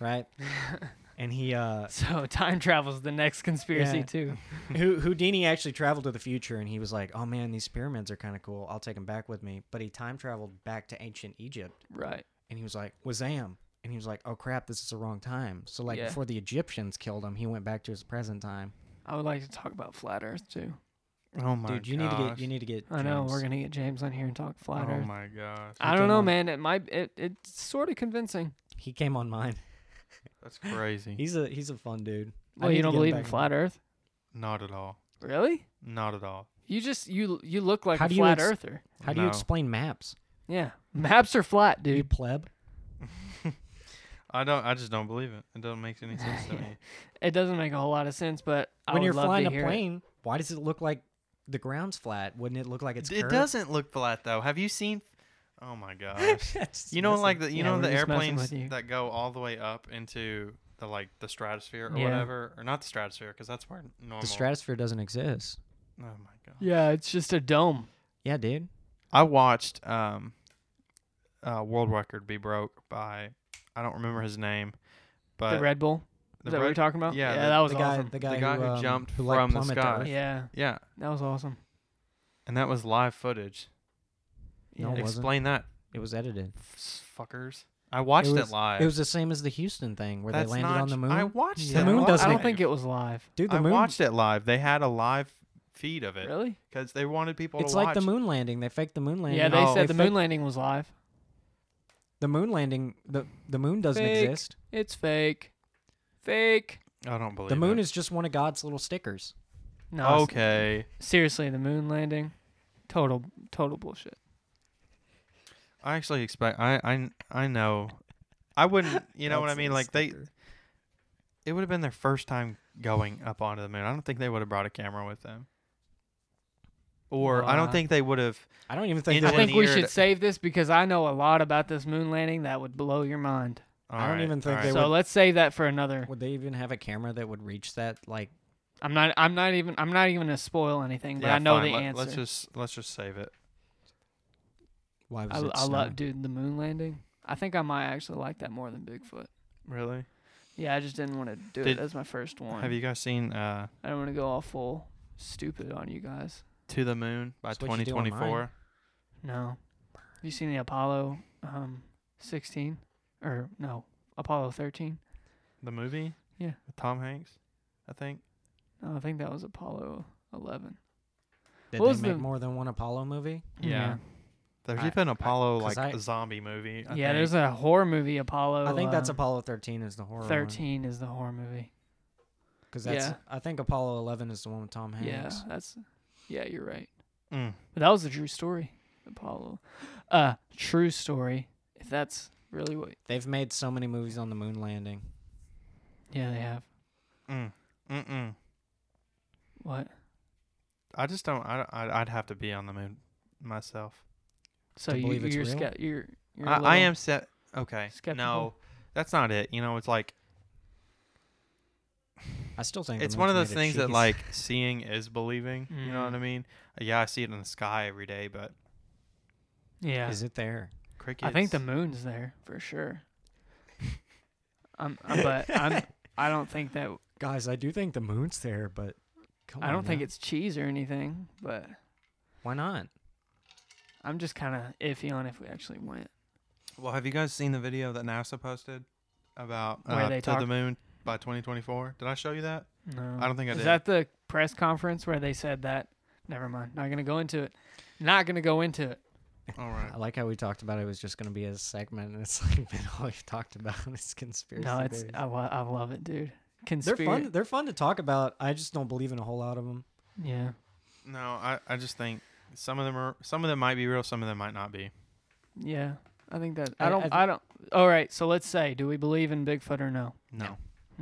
Speaker 3: right? and he uh
Speaker 2: so time travel's the next conspiracy
Speaker 3: Yeah.
Speaker 2: too.
Speaker 3: Hou- Houdini actually traveled to the future and he was like, "Oh man, these pyramids are kind of cool. I'll take them back with me." But he time traveled back to ancient Egypt
Speaker 2: Right.
Speaker 3: and he was like, "Wazam." And he was like, "Oh crap, this is the wrong time." So like
Speaker 2: Yeah.
Speaker 3: before the Egyptians killed him, he went back to his present time.
Speaker 2: I would like to talk about flat Earth too.
Speaker 1: oh my
Speaker 3: Dude, you need to get you need to get
Speaker 2: I know we're
Speaker 3: James.
Speaker 2: gonna get James on here and talk flat
Speaker 1: oh
Speaker 2: Earth.
Speaker 1: my gosh,
Speaker 2: I
Speaker 3: He
Speaker 2: don't
Speaker 3: came
Speaker 2: know,
Speaker 3: on-
Speaker 2: man. It might it it's sort of convincing.
Speaker 3: He came on mine.
Speaker 1: that's crazy.
Speaker 3: He's a he's a fun dude. I
Speaker 2: Well,
Speaker 3: need
Speaker 2: you
Speaker 3: to
Speaker 2: don't
Speaker 3: get him
Speaker 2: believe in
Speaker 3: back on.
Speaker 2: flat Earth,
Speaker 1: Not at all.
Speaker 2: really?
Speaker 1: Not at all.
Speaker 2: You just you you look like
Speaker 3: How
Speaker 2: a
Speaker 3: do you
Speaker 2: flat
Speaker 3: ex-
Speaker 2: Earther.
Speaker 3: How do you
Speaker 1: No.
Speaker 3: explain maps?
Speaker 2: Yeah, maps are flat,
Speaker 3: You
Speaker 2: dude.
Speaker 3: pleb?
Speaker 1: I don't. I just don't believe it. It doesn't make any sense to me.
Speaker 2: It doesn't make a whole lot of sense, but I
Speaker 3: when
Speaker 2: would
Speaker 3: you're
Speaker 2: love to
Speaker 3: flying a
Speaker 2: hear it.
Speaker 3: plane, why does it look like the ground's flat? Wouldn't it look like it's
Speaker 1: it
Speaker 3: curved?
Speaker 1: doesn't look flat though. Have you seen? Oh my gosh.
Speaker 3: That's
Speaker 1: You know,
Speaker 3: messy.
Speaker 1: like the you
Speaker 2: Yeah,
Speaker 1: know
Speaker 2: we're
Speaker 1: the
Speaker 2: just messing
Speaker 1: airplanes
Speaker 2: with you.
Speaker 1: that go all the way up into the like the stratosphere or
Speaker 2: Yeah.
Speaker 1: whatever, or not the stratosphere because that's where normal.
Speaker 3: the stratosphere doesn't exist.
Speaker 1: oh my god!
Speaker 2: Yeah, it's just a dome.
Speaker 3: Yeah, dude.
Speaker 1: I watched um, uh, world record be broke by I don't remember his name, but
Speaker 2: the Red Bull.
Speaker 1: the
Speaker 2: Is that what
Speaker 1: red-
Speaker 2: you're talking about?
Speaker 1: yeah,
Speaker 2: yeah,
Speaker 1: the-
Speaker 2: that was
Speaker 3: the guy,
Speaker 2: awesome.
Speaker 3: the guy,
Speaker 1: guy who
Speaker 3: um,
Speaker 1: jumped
Speaker 3: who, like,
Speaker 1: from the
Speaker 3: plummeted to
Speaker 1: sky.
Speaker 3: Earth.
Speaker 2: Yeah,
Speaker 1: yeah,
Speaker 2: that was awesome.
Speaker 1: and that was live footage.
Speaker 3: No, it
Speaker 2: Yeah.
Speaker 3: wasn't.
Speaker 1: Explain that,
Speaker 3: It was edited.
Speaker 1: f- fuckers. I watched it,
Speaker 3: was-
Speaker 1: live.
Speaker 3: It was the same as the Houston thing where
Speaker 1: That's
Speaker 3: they landed
Speaker 1: not
Speaker 3: on the
Speaker 1: j-
Speaker 3: moon.
Speaker 1: I watched
Speaker 2: Yeah.
Speaker 1: it.
Speaker 3: moon
Speaker 1: li-
Speaker 3: doesn't
Speaker 1: I don't
Speaker 2: I
Speaker 3: even-
Speaker 2: don't think it was live.
Speaker 3: Dude, the
Speaker 1: I
Speaker 3: moon.
Speaker 1: watched it live. They had a live feed of it
Speaker 2: Really?
Speaker 1: because they wanted people
Speaker 3: It's
Speaker 1: to
Speaker 3: like
Speaker 1: watch.
Speaker 3: the moon landing. They faked the moon landing.
Speaker 2: Yeah, they
Speaker 1: Oh.
Speaker 2: said the
Speaker 3: They
Speaker 2: moon
Speaker 3: fake-
Speaker 2: landing was live.
Speaker 3: The moon landing. The the moon doesn't
Speaker 2: Fake.
Speaker 3: exist.
Speaker 2: It's fake. Fake.
Speaker 1: I don't believe
Speaker 3: The moon
Speaker 1: it.
Speaker 3: is just one of God's little stickers.
Speaker 2: No. it's-
Speaker 1: okay.
Speaker 2: Seriously, the moon landing, total total bullshit.
Speaker 1: I actually expect. I I I know. I wouldn't. You know what I
Speaker 3: God's
Speaker 1: mean?
Speaker 3: little
Speaker 1: Like they.
Speaker 3: sticker.
Speaker 1: It would have been their first time going up onto the moon. I don't think they would have brought a camera with them. Or I don't
Speaker 2: Wow.
Speaker 1: think they would have.
Speaker 3: I don't even think.
Speaker 1: I
Speaker 2: I
Speaker 3: They
Speaker 1: Engineered-
Speaker 2: think we should
Speaker 1: it.
Speaker 2: save this because I know a lot about this moon landing that would blow your mind.
Speaker 1: all
Speaker 3: don't
Speaker 1: right,
Speaker 3: even think
Speaker 1: all
Speaker 3: they
Speaker 1: right.
Speaker 2: so
Speaker 3: would-
Speaker 2: let's save that for another.
Speaker 3: would, would they even have a camera that would reach that? Like,
Speaker 2: I'm not. I'm not even. I'm not even gonna spoil anything. But
Speaker 1: Yeah,
Speaker 2: I know
Speaker 1: fine,
Speaker 2: the
Speaker 1: let-
Speaker 2: answer.
Speaker 1: Let's just let's just save it.
Speaker 3: why was
Speaker 2: I,
Speaker 3: it?
Speaker 2: I
Speaker 3: snowing?
Speaker 2: love, dude, the moon landing. I think I might actually like that more than Bigfoot.
Speaker 1: Really?
Speaker 2: Yeah, I just didn't want to do
Speaker 1: Did-
Speaker 2: it as my first one.
Speaker 1: Have you guys seen uh,
Speaker 2: I don't want to go all full stupid on you guys.
Speaker 1: To the Moon by
Speaker 3: That's what you do
Speaker 1: 2024?
Speaker 3: online.
Speaker 2: No. Have you seen the Apollo um, 16 or no Apollo 13?
Speaker 1: The movie?
Speaker 2: Yeah.
Speaker 1: With Tom Hanks, I think.
Speaker 2: No, Oh, I think that was Apollo 11.
Speaker 3: Did
Speaker 2: What was
Speaker 3: they make
Speaker 2: the-
Speaker 3: more than one Apollo movie?
Speaker 1: Yeah. There's
Speaker 3: I-
Speaker 1: even an
Speaker 3: I-
Speaker 1: Apollo
Speaker 3: 'cause
Speaker 1: like
Speaker 3: I-
Speaker 1: zombie movie. I
Speaker 2: yeah,
Speaker 1: think.
Speaker 2: there's a horror movie Apollo.
Speaker 3: I think that's
Speaker 2: um,
Speaker 3: Apollo 13 is the horror.
Speaker 2: 13 is the horror movie.
Speaker 3: Because that's.
Speaker 2: yeah.
Speaker 3: I think Apollo 11 is the one with Tom
Speaker 2: Yeah,
Speaker 3: Hanks.
Speaker 2: that's Yeah, you're right.
Speaker 1: Mm.
Speaker 2: But that was a true story. Apollo. Uh true story. If that's really what
Speaker 3: They've made so many movies on the moon landing.
Speaker 2: Yeah, they have.
Speaker 1: Mm. Mm-mm.
Speaker 2: What?
Speaker 1: I just don't. I, I I'd have to be on the moon myself.
Speaker 2: So
Speaker 3: To
Speaker 2: you,
Speaker 3: believe it's
Speaker 2: you're,
Speaker 3: real?
Speaker 2: sca- you're you're a
Speaker 1: I, I
Speaker 2: little-
Speaker 1: am set. Okay. No,
Speaker 2: skeptical?
Speaker 1: that's not it. You know, it's like
Speaker 3: I still think the
Speaker 1: it's
Speaker 3: moon's
Speaker 1: one of those
Speaker 3: made
Speaker 1: things that
Speaker 3: cheese.
Speaker 1: like seeing is believing. You know what I
Speaker 2: Mm.
Speaker 1: mean? Uh, Yeah, I see it in the sky every day, but
Speaker 2: Yeah.
Speaker 3: Is it there?
Speaker 1: crickets.
Speaker 2: I think the moon's there for sure. um, uh, but I'm I don't think that
Speaker 3: Guys, I do think the moon's there, but. Come
Speaker 2: I
Speaker 3: on
Speaker 2: don't think
Speaker 3: now.
Speaker 2: it's cheese or anything, but
Speaker 3: Why not?
Speaker 2: I'm just kind of iffy on if we actually went.
Speaker 1: Well, have you guys seen the video that NASA posted about
Speaker 2: Where
Speaker 1: uh,
Speaker 2: they
Speaker 1: to the
Speaker 2: talk-
Speaker 1: moon by 2024? Did I show you that?
Speaker 2: No,
Speaker 1: I don't think I
Speaker 2: Is
Speaker 1: did.
Speaker 2: that the press conference where they said that? Never mind. Not gonna go into it. Not gonna go into it.
Speaker 1: All right.
Speaker 3: I like how we talked about it was just going to be a segment, and it's like been all we've talked about is conspiracy.
Speaker 2: No, it's uh,
Speaker 3: theories.
Speaker 2: I, lo- I love it, dude.
Speaker 3: they're
Speaker 2: Conspiracy.
Speaker 3: fun. They're fun to talk about. I just don't believe in a whole lot of them.
Speaker 2: Yeah.
Speaker 1: No, I, I just think some of them are some of them might be real, some of them might not be.
Speaker 2: Yeah. I think that
Speaker 3: I-
Speaker 2: I
Speaker 3: I
Speaker 2: don't. I,
Speaker 3: th-
Speaker 2: don't. All right. So let's say, do we believe in Bigfoot or no?
Speaker 1: No.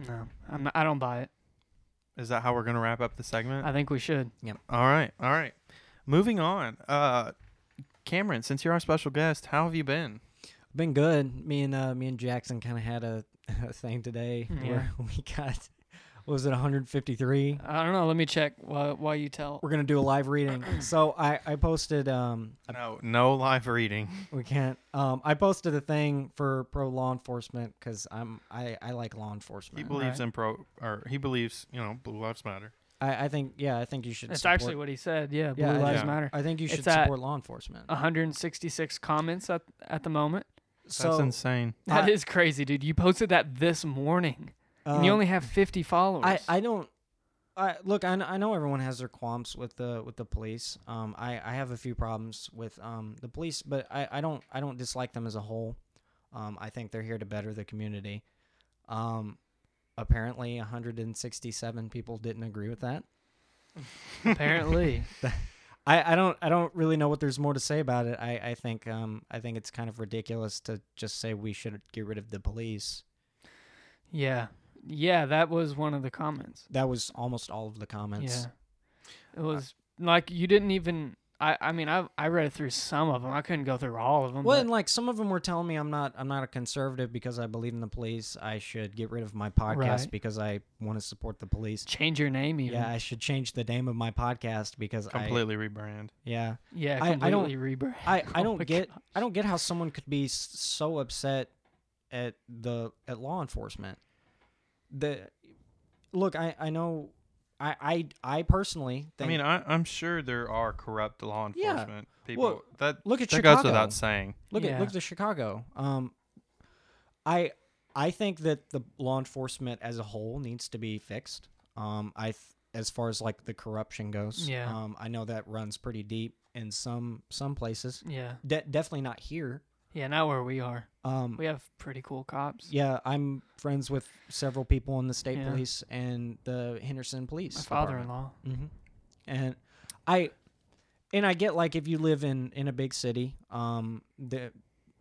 Speaker 2: No, I'm not, I don't buy it.
Speaker 1: Is that how we're gonna wrap up the segment?
Speaker 2: I think we should.
Speaker 1: all right, all right. Moving on. Uh Cameron, since you're our special guest, how have you been?
Speaker 3: Been good. Me and uh, me and Jackson kind of had a, a thing today
Speaker 2: Mm,
Speaker 3: where we got what was it 153.
Speaker 2: I don't know. Let me check while, while you tell.
Speaker 3: We're gonna do a live reading. so I I posted um I-
Speaker 1: Uh, No, no live reading.
Speaker 3: we can't um I posted a thing for pro law enforcement because I'm I I like law
Speaker 1: He
Speaker 3: enforcement.
Speaker 1: believes
Speaker 2: right.
Speaker 1: in pro, or he believes, you know, blue lives matter.
Speaker 3: I I think yeah I think you should.
Speaker 2: That's
Speaker 3: support-
Speaker 2: actually what he said. Yeah, Blue
Speaker 3: Yeah, I
Speaker 2: Lives
Speaker 1: think-
Speaker 2: Matter.
Speaker 3: I think you should
Speaker 2: It's at- uh,
Speaker 3: support law enforcement.
Speaker 2: 166 comments at, at the moment.
Speaker 1: That's
Speaker 3: so
Speaker 1: insane.
Speaker 2: That is
Speaker 3: I-
Speaker 2: crazy, dude. You posted that this morning, and you
Speaker 3: um,
Speaker 2: only have 50 followers.
Speaker 3: I, I don't. I look. I, kn- I know everyone has their qualms with the with the police. Um, I, I have a few problems with um the police, but I, I don't I don't dislike them as a whole. Um, I think they're here to better the community. Um, apparently, 167 people didn't agree with that.
Speaker 2: apparently.
Speaker 3: I, I don't I don't really know what there's more to say about it. I, I think um I think it's kind of ridiculous to just say we should get rid of the police.
Speaker 2: yeah, yeah. That was one of the comments.
Speaker 3: That was almost all of the comments.
Speaker 2: yeah, it was like you didn't even. I, I mean, I I read through some of them. I couldn't go through all of them.
Speaker 3: Well,
Speaker 2: but-
Speaker 3: and like some of them were telling me I'm not I'm not a conservative because I believe in the police. I should get rid of my podcast
Speaker 2: Right.
Speaker 3: because I want to support the police.
Speaker 2: change your name even.
Speaker 3: Yeah,
Speaker 2: Yeah,
Speaker 3: I should change the name of my podcast because I
Speaker 1: Completely rebrand.
Speaker 3: yeah. I- I don't-
Speaker 2: completely rebrand.
Speaker 3: I, I
Speaker 2: Oh
Speaker 3: don't
Speaker 2: my
Speaker 3: get
Speaker 2: God.
Speaker 3: I don't get how someone could be s- so upset at the at law enforcement. The look, I I know, I I I personally
Speaker 1: I
Speaker 3: think.
Speaker 1: mean, I, I'm sure there are corrupt law
Speaker 3: Yeah.
Speaker 1: enforcement people. that
Speaker 3: look at
Speaker 1: that
Speaker 3: Chicago.
Speaker 1: goes without saying.
Speaker 3: Look at look
Speaker 2: Yeah.
Speaker 3: at Chicago. Um, I I think that the law enforcement as a whole needs to be fixed. Um, I th- as far as like the corruption goes.
Speaker 2: Yeah.
Speaker 3: Um, I know that runs pretty deep in some some places.
Speaker 2: Yeah.
Speaker 3: De- definitely not here.
Speaker 2: Yeah. Not where we are.
Speaker 3: Um,
Speaker 2: We have pretty cool cops.
Speaker 3: yeah, I'm friends with several people in the state
Speaker 2: Yeah.
Speaker 3: police and the Henderson Police.
Speaker 2: My father-in-law.
Speaker 3: hmm And I and I get like if you live in in a big city, um, the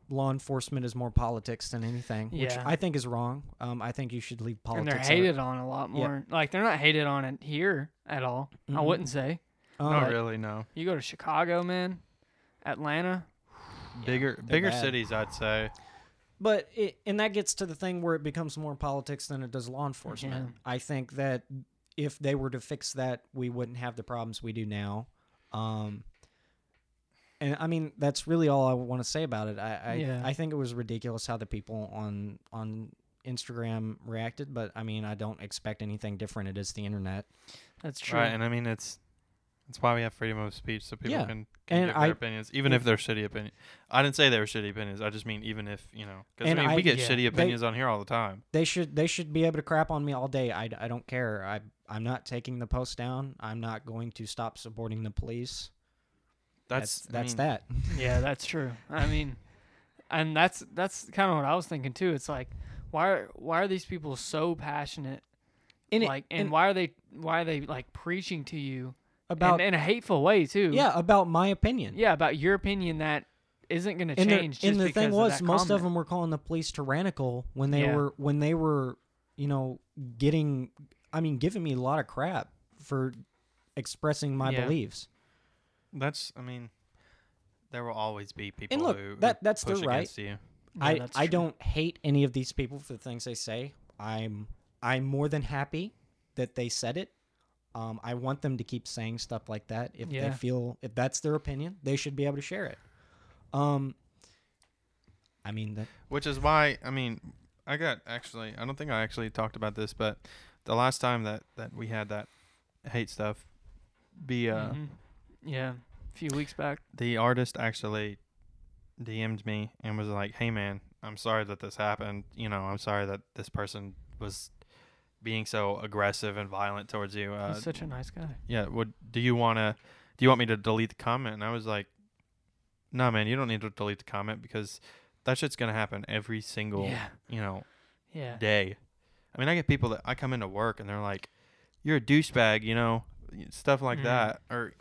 Speaker 3: law enforcement is more politics than anything, which
Speaker 2: Yeah.
Speaker 3: I think is wrong. Um, I think you should leave
Speaker 2: And
Speaker 3: politics.
Speaker 2: they're
Speaker 3: out.
Speaker 2: hated on a lot
Speaker 3: Yeah.
Speaker 2: more. Like they're not hated on it here at all. I
Speaker 3: Mhm.
Speaker 2: wouldn't say.
Speaker 3: Um,
Speaker 1: Not really, no.
Speaker 2: You go to Chicago, man. Atlanta.
Speaker 1: bigger bigger
Speaker 3: bad.
Speaker 1: cities, I'd say.
Speaker 3: But it, and that gets to the thing where it becomes more politics than it does law enforcement. I think that if they were to fix that, we wouldn't have the problems we do now. Um, and I mean, that's really all I want to say about it. I I,
Speaker 2: Yeah.
Speaker 3: I think it was ridiculous how the people on on Instagram reacted, but I mean, I don't expect anything different. It is the internet,
Speaker 2: That's true.
Speaker 1: Right, and I mean it's that's why we have freedom of speech, so people
Speaker 3: Yeah,
Speaker 1: can, can
Speaker 3: and
Speaker 1: give their
Speaker 3: I-
Speaker 1: opinions, even if they're shitty opinions. I didn't say they were shitty opinions. I just mean even if you know, because I
Speaker 3: And
Speaker 1: mean
Speaker 3: I-
Speaker 1: we get
Speaker 2: yeah,
Speaker 1: shitty
Speaker 2: they-
Speaker 1: opinions on here all the time.
Speaker 3: they should they should be able to crap on me all day. I, I don't care. I I'm not taking the post down. I'm not going to stop supporting the police.
Speaker 1: That's
Speaker 3: that's
Speaker 1: I mean,
Speaker 3: that.
Speaker 2: Yeah, that's true. I mean, and that's that's kind of what I was thinking too. It's like, why are, why are these people so passionate?
Speaker 3: And it-
Speaker 2: like, and, why are they why are they like preaching to you and,
Speaker 3: about
Speaker 2: in a hateful way too?
Speaker 3: yeah about my opinion
Speaker 2: yeah, about your opinion that isn't going to
Speaker 3: and the,
Speaker 2: change. just
Speaker 3: and the
Speaker 2: because
Speaker 3: thing
Speaker 2: of
Speaker 3: was
Speaker 2: that
Speaker 3: most of
Speaker 2: comment.
Speaker 3: them were calling the police tyrannical when they
Speaker 2: Yeah.
Speaker 3: were when they were you know getting i mean giving me a lot of crap for expressing my
Speaker 2: Yeah.
Speaker 3: beliefs
Speaker 1: that's I mean, there will always be people
Speaker 3: look,
Speaker 1: who, who
Speaker 3: that- that's their
Speaker 1: push
Speaker 3: right.
Speaker 1: against you.
Speaker 2: Yeah,
Speaker 3: i
Speaker 2: that's
Speaker 3: i
Speaker 2: true.
Speaker 3: don't hate any of these people for the things they say i'm i'm more than happy that they said it um, I want them to keep saying stuff like that. If they
Speaker 2: Yeah.
Speaker 3: feel if that's their opinion, they should be able to share it. Um, I mean that
Speaker 1: Which is why I mean, I got actually I don't think I actually talked about this, but the last time that that we had that hate stuff, the uh,
Speaker 2: Mhm. Yeah, a few weeks back.
Speaker 1: the artist actually DM'd me and was like, "Hey man, I'm sorry that this happened. You know, I'm sorry that this person was being so aggressive and violent towards you. Uh,
Speaker 2: He's such a nice guy.
Speaker 1: yeah, would do you want to do you want me to delete the comment?" And I was like, "No, man, you don't need to delete the comment because that shit's going to happen every single,
Speaker 2: Yeah,
Speaker 1: you know,
Speaker 2: yeah,
Speaker 1: day. I mean, I get people that I come into work and they're like, "You're a douchebag," you know, stuff like
Speaker 2: Mhm.
Speaker 3: Mm-hmm.
Speaker 1: that. Or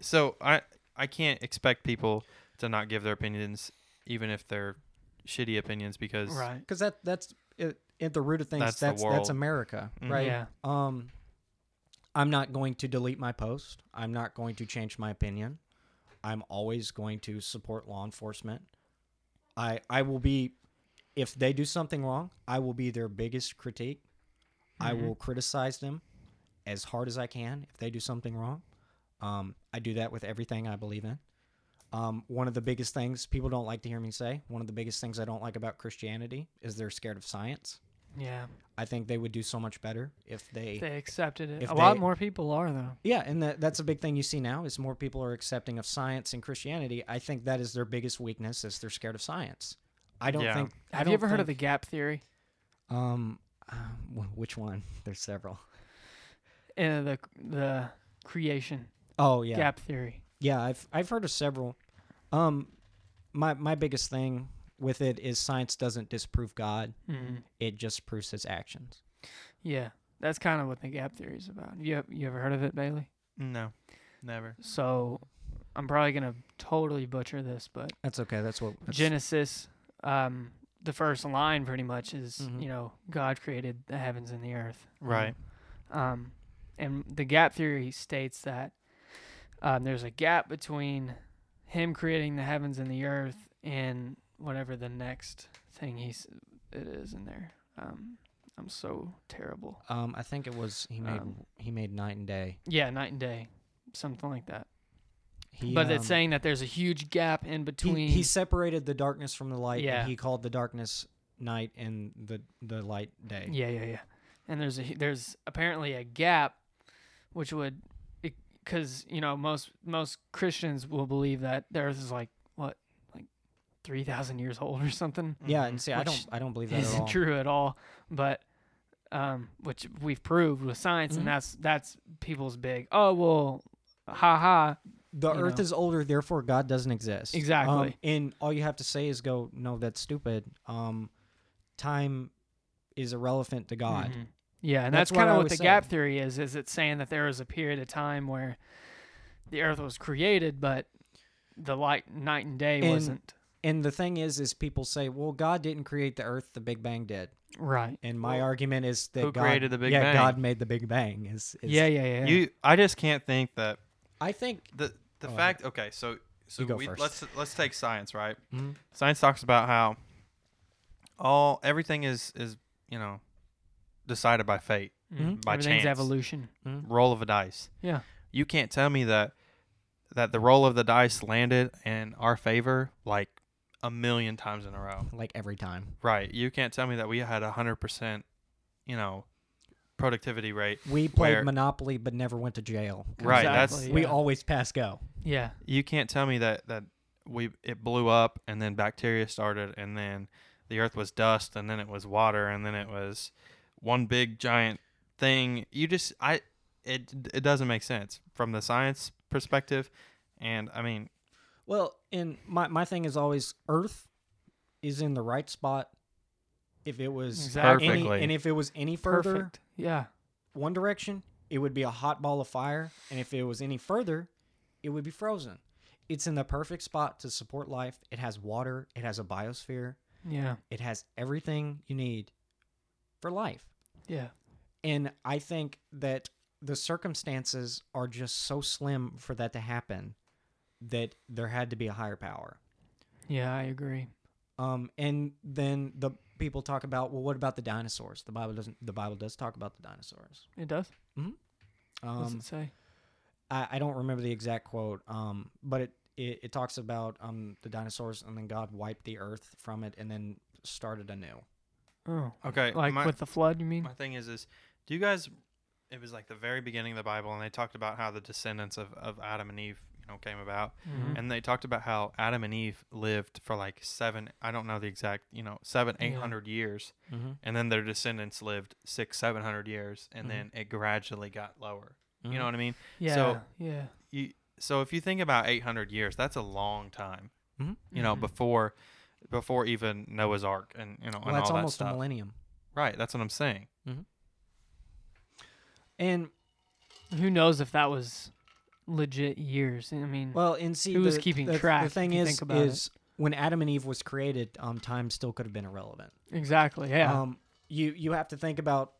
Speaker 1: so I I can't expect people to not give their opinions, even if they're shitty opinions, because
Speaker 2: right.
Speaker 3: because that that's it, at the root of things.
Speaker 1: That's
Speaker 3: That's
Speaker 1: the
Speaker 3: that's,
Speaker 1: world.
Speaker 3: America,
Speaker 1: Mhm.
Speaker 3: right?
Speaker 2: Yeah,
Speaker 3: Um, I'm not going to delete my post. I'm not going to change my opinion. I'm always going to support law enforcement. I I will be, if they do something wrong, I will be their biggest critique. I will criticize them as hard as I can if they do something wrong. Um, I do that with everything I believe in. Um, one of the biggest things people don't like to hear me say, one of the biggest things I don't like about Christianity is they're scared of science.
Speaker 2: yeah.
Speaker 3: I think they would do so much better if they.
Speaker 2: They accepted it.
Speaker 3: if
Speaker 2: A lot
Speaker 3: they-
Speaker 2: more people are though.
Speaker 3: yeah, and that, that's a big thing you see now is more people are accepting of science and Christianity. I think that is their biggest weakness is they're scared of science. I don't
Speaker 1: Yeah.
Speaker 3: think. I
Speaker 2: Have
Speaker 3: don't
Speaker 2: you ever heard of the
Speaker 3: think-
Speaker 2: gap theory?
Speaker 3: Um, uh, wh- which one? There's several.
Speaker 2: Uh, the the creation
Speaker 3: Oh yeah,
Speaker 2: gap theory.
Speaker 3: Yeah, I've I've heard of several. Um, my my biggest thing with it is science doesn't disprove God;
Speaker 2: Mm.
Speaker 3: it just proves His actions.
Speaker 2: Yeah, that's kind of what the gap theory is about. You you ever heard of it, Bailey?
Speaker 1: no, never.
Speaker 2: So, I'm probably gonna totally butcher this, but
Speaker 3: That's okay. That's what. That's,
Speaker 2: Genesis, um, the first line pretty much is
Speaker 3: Mhm.
Speaker 2: you know God created the heavens and the earth.
Speaker 1: Right.
Speaker 2: Um, and the gap theory states that um, there's a gap between him creating the heavens and the earth and whatever the next thing he's it is in there. Um, I'm so terrible.
Speaker 3: um, I think it was he made
Speaker 2: Um,
Speaker 3: he made night and day.
Speaker 2: Yeah, night and day, something like that.
Speaker 3: He,
Speaker 2: but it's
Speaker 3: um,
Speaker 2: saying that there's a huge gap in
Speaker 3: he-
Speaker 2: between.
Speaker 3: he, separated the darkness from the light.
Speaker 2: Yeah.
Speaker 3: and he called the darkness night and the the light day.
Speaker 2: Yeah, yeah, yeah. And there's a hu- there's apparently a gap, which would, because you know most most Christians will believe that the Earth is like what like three thousand years old or something.
Speaker 1: Mm-hmm.
Speaker 3: Yeah, and see, I don't
Speaker 2: Which
Speaker 3: I don't believe that at all.
Speaker 2: Isn't true at all, but um, which we've proved with science,
Speaker 3: Mhm.
Speaker 2: and that's that's people's big. Oh well, ha ha.
Speaker 3: The
Speaker 2: you
Speaker 3: Earth
Speaker 2: know.
Speaker 3: is older, therefore God doesn't exist. Um,
Speaker 2: Exactly.
Speaker 3: and all you have to say is go, no, that's stupid. Um, time is irrelevant to God.
Speaker 2: Mhm. Yeah, and
Speaker 3: That's
Speaker 2: that's,
Speaker 3: what
Speaker 2: kind
Speaker 3: I
Speaker 2: of what
Speaker 3: was
Speaker 2: the gap theory is. Is it's saying that there was a period of time where the Earth was created, but the light night and day
Speaker 3: And-
Speaker 2: wasn't
Speaker 3: And the thing is, is people say, well, God didn't create the Earth; the Big Bang did.
Speaker 2: right.
Speaker 3: And my
Speaker 1: Well,
Speaker 3: argument is that
Speaker 1: who
Speaker 3: God
Speaker 1: created the Big
Speaker 3: yeah,
Speaker 1: Bang?
Speaker 3: God made the Big Bang. Is, is
Speaker 2: yeah, yeah, yeah.
Speaker 1: You, I just can't think that
Speaker 3: I think
Speaker 1: the the
Speaker 3: Oh, I-
Speaker 1: fact. Okay, so so
Speaker 3: You go
Speaker 1: we,
Speaker 3: first.
Speaker 1: let's let's take science, right?
Speaker 2: Mm-hmm.
Speaker 3: Mhm.
Speaker 1: Science talks about how all everything is is you know decided by fate,
Speaker 3: Hmm?
Speaker 2: Mhm.
Speaker 1: by
Speaker 2: Everything's
Speaker 1: chance,
Speaker 2: evolution.
Speaker 1: roll of a dice.
Speaker 2: Yeah.
Speaker 1: You can't tell me that that the roll of the dice landed in our favor like a million times in a row.
Speaker 3: like every time
Speaker 1: Right. You can't tell me that we had a hundred percent, you know, productivity rate.
Speaker 3: we played
Speaker 1: Where-
Speaker 3: Monopoly but never went to jail.
Speaker 1: Right. That's
Speaker 2: Exactly,
Speaker 3: We
Speaker 2: yeah.
Speaker 3: always pass go.
Speaker 2: Yeah.
Speaker 1: you can't tell me that that we it blew up and then bacteria started and then the earth was dust and then it was water and then it was one big giant thing you just i it it doesn't make sense from the science perspective and i mean
Speaker 3: Well, and my, my thing is always Earth is in the right spot. If it was
Speaker 2: Exactly.
Speaker 3: any,
Speaker 1: Perfectly.
Speaker 3: and if it was any further
Speaker 2: Perfect. Yeah.
Speaker 3: one direction, it would be a hot ball of fire, and if it was any further, it would be frozen. It's in the perfect spot to support life. It has water. It has a biosphere.
Speaker 2: Yeah.
Speaker 3: It has everything you need for life.
Speaker 2: Yeah.
Speaker 3: And I think that the circumstances are just so slim for that to happen that there had to be a higher power.
Speaker 2: Yeah. I agree.
Speaker 3: Um, and then the people talk about, well, what about the dinosaurs? The Bible doesn't. The Bible does talk about the dinosaurs.
Speaker 2: It does. What does
Speaker 3: Um,
Speaker 2: it say?
Speaker 3: I, I don't remember the exact quote, um, but it, it it talks about um the dinosaurs, and then God wiped the earth from it, and then started anew.
Speaker 2: Oh,
Speaker 1: okay
Speaker 2: like
Speaker 1: my,
Speaker 2: with the flood, you mean?
Speaker 1: my thing is is do you guys it was like the very beginning of the bible and they talked about how the descendants of, of adam and eve you know came about
Speaker 3: Mm-hmm.
Speaker 2: Mhm.
Speaker 1: and they talked about how adam and eve lived for like seven i don't know the exact you know seven eight
Speaker 2: Yeah.
Speaker 1: hundred years
Speaker 3: Mm-hmm.
Speaker 1: and then their descendants lived six, seven hundred years, and
Speaker 3: Mhm.
Speaker 1: then it gradually got lower.
Speaker 3: Mm-hmm.
Speaker 1: You know what I mean?
Speaker 2: yeah.
Speaker 1: so-
Speaker 2: yeah.
Speaker 1: You, so if you think about eight hundred years, that's a long time.
Speaker 3: Mhm.
Speaker 1: You know,
Speaker 2: Mhm.
Speaker 1: before before even Noah's Ark and you know
Speaker 3: Well,
Speaker 1: and
Speaker 3: that's
Speaker 1: all
Speaker 3: almost
Speaker 1: that
Speaker 3: a
Speaker 1: stuff.
Speaker 3: millennium.
Speaker 1: Right, that's what I'm saying.
Speaker 3: And
Speaker 2: Who knows if that was legit years? I mean,
Speaker 3: well, and see,
Speaker 2: Who
Speaker 3: the,
Speaker 2: is keeping
Speaker 3: the,
Speaker 2: track,
Speaker 3: The
Speaker 2: if
Speaker 3: thing
Speaker 2: you
Speaker 3: is,
Speaker 2: think about it?
Speaker 3: is when Adam and Eve was created, um, time still could have been irrelevant.
Speaker 2: exactly. Yeah.
Speaker 3: um, you you have to think about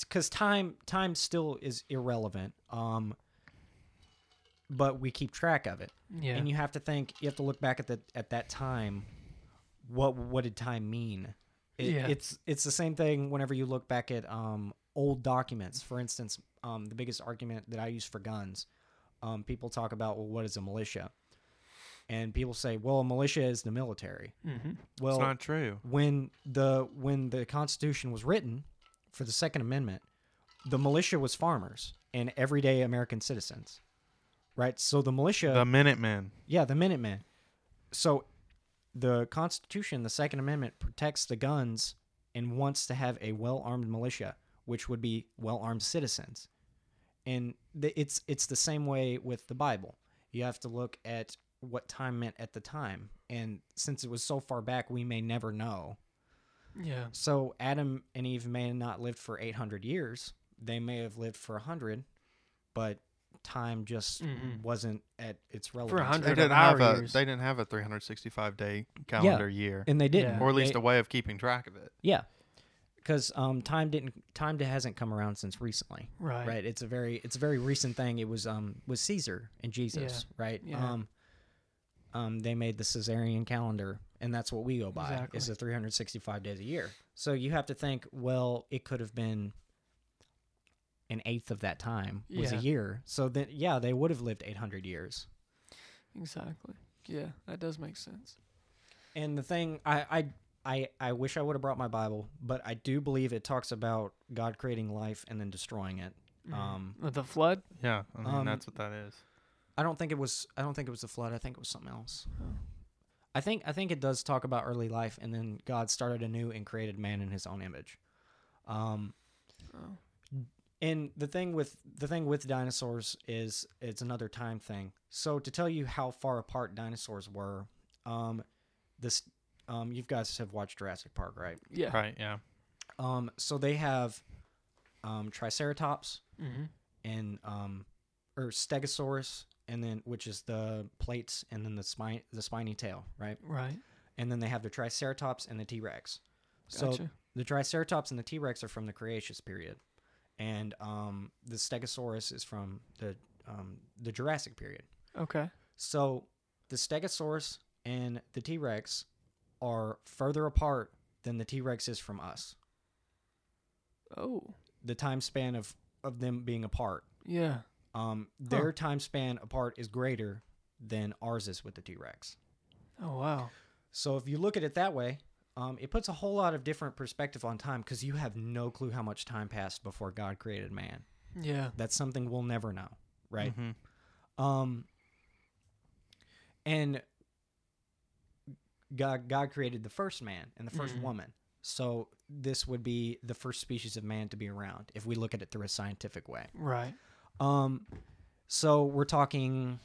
Speaker 3: because time time still is irrelevant um but we keep track of it
Speaker 2: yeah.
Speaker 3: and you have to think you have to look back at the at that time what what did time mean It-
Speaker 2: Yeah.
Speaker 3: it's it's the same thing whenever you look back at um old documents for instance um the biggest argument that i use for guns um people talk about well what is a militia and people say well a militia is the military
Speaker 2: mm-hmm.
Speaker 3: well
Speaker 1: it's not true.
Speaker 3: when the when the Constitution was written for the Second Amendment, the militia was farmers and everyday American citizens, right? So the militia,
Speaker 1: The Minutemen.
Speaker 3: yeah, the Minutemen. So the Constitution, the Second Amendment, protects the guns and wants to have a well armed militia, which would be well armed citizens. And the, it's it's the same way with the Bible. You have to look at what time meant at the time, and since it was so far back, we may never know.
Speaker 2: Yeah.
Speaker 3: So Adam and Eve may not lived for 800 years. They may have lived for 100, but time just
Speaker 2: Mhm.
Speaker 3: wasn't at its relevance.
Speaker 2: 100
Speaker 1: They
Speaker 2: Hundred of
Speaker 1: didn't have
Speaker 2: our
Speaker 1: a
Speaker 2: years.
Speaker 1: they didn't have a 365 day calendar year,
Speaker 3: And they didn't.
Speaker 2: Yeah.
Speaker 1: or at least
Speaker 3: They-
Speaker 1: a way of keeping track of it.
Speaker 3: yeah. Cuz um time didn't time hasn't come around since recently.
Speaker 2: Right.
Speaker 3: Right? It's a very it's a very recent thing. It was um was Caesar and Jesus, right?
Speaker 2: Yeah.
Speaker 3: Um um they made the Caesarian calendar and that's what we go by
Speaker 2: Exactly.
Speaker 3: is the 365 days a year. So you have to think, well, it could have been an eighth of that time was a
Speaker 2: Yeah.
Speaker 3: year. So then yeah, they would have lived 800 years.
Speaker 2: Exactly. Yeah, that does make sense.
Speaker 3: And the thing I, I I, I wish I would have brought my Bible, but I do believe it talks about God creating life and then destroying it. Um,
Speaker 2: With the flood?
Speaker 1: Yeah, I mean
Speaker 3: Um,
Speaker 1: that's what that is.
Speaker 3: I don't think it was I don't think it was the flood. I think it was something else. I think I think it does talk about early life and then God started anew and created man in his own image. Um,
Speaker 2: Oh.
Speaker 3: and the thing with the thing with dinosaurs is it's another time thing. So to tell you how far apart dinosaurs were, um, this um, you guys have watched Jurassic Park, right?
Speaker 2: Yeah.
Speaker 1: Right, yeah.
Speaker 3: Um, so they have um, Triceratops
Speaker 2: Mm-hmm.
Speaker 3: and um, or Stegosaurus, and then which is the plates, and then the spine, the spiny tail, right?
Speaker 2: Right.
Speaker 3: And then they have the Triceratops and the T Rex. So
Speaker 2: Gotcha.
Speaker 3: the Triceratops and the T Rex are from the Cretaceous period, and um, the Stegosaurus is from the um, the Jurassic period.
Speaker 2: okay.
Speaker 3: So the Stegosaurus and the T Rex are further apart than the T Rex is from us.
Speaker 2: Oh.
Speaker 3: The time span of of them being apart
Speaker 2: Yeah.
Speaker 3: um, their time span apart is greater than ours is with the T Rex.
Speaker 2: Oh wow.
Speaker 3: So if you look at it that way, um, it puts a whole lot of different perspective on time because you have no clue how much time passed before God created man.
Speaker 2: Yeah.
Speaker 3: That's something we'll never know, right?
Speaker 1: hmm
Speaker 3: Um, and God, God created the first man and the 1st
Speaker 2: Mhm.
Speaker 3: woman. So this would be the first species of man to be around if we look at it through a scientific way.
Speaker 2: Right.
Speaker 3: Um, so we're talking.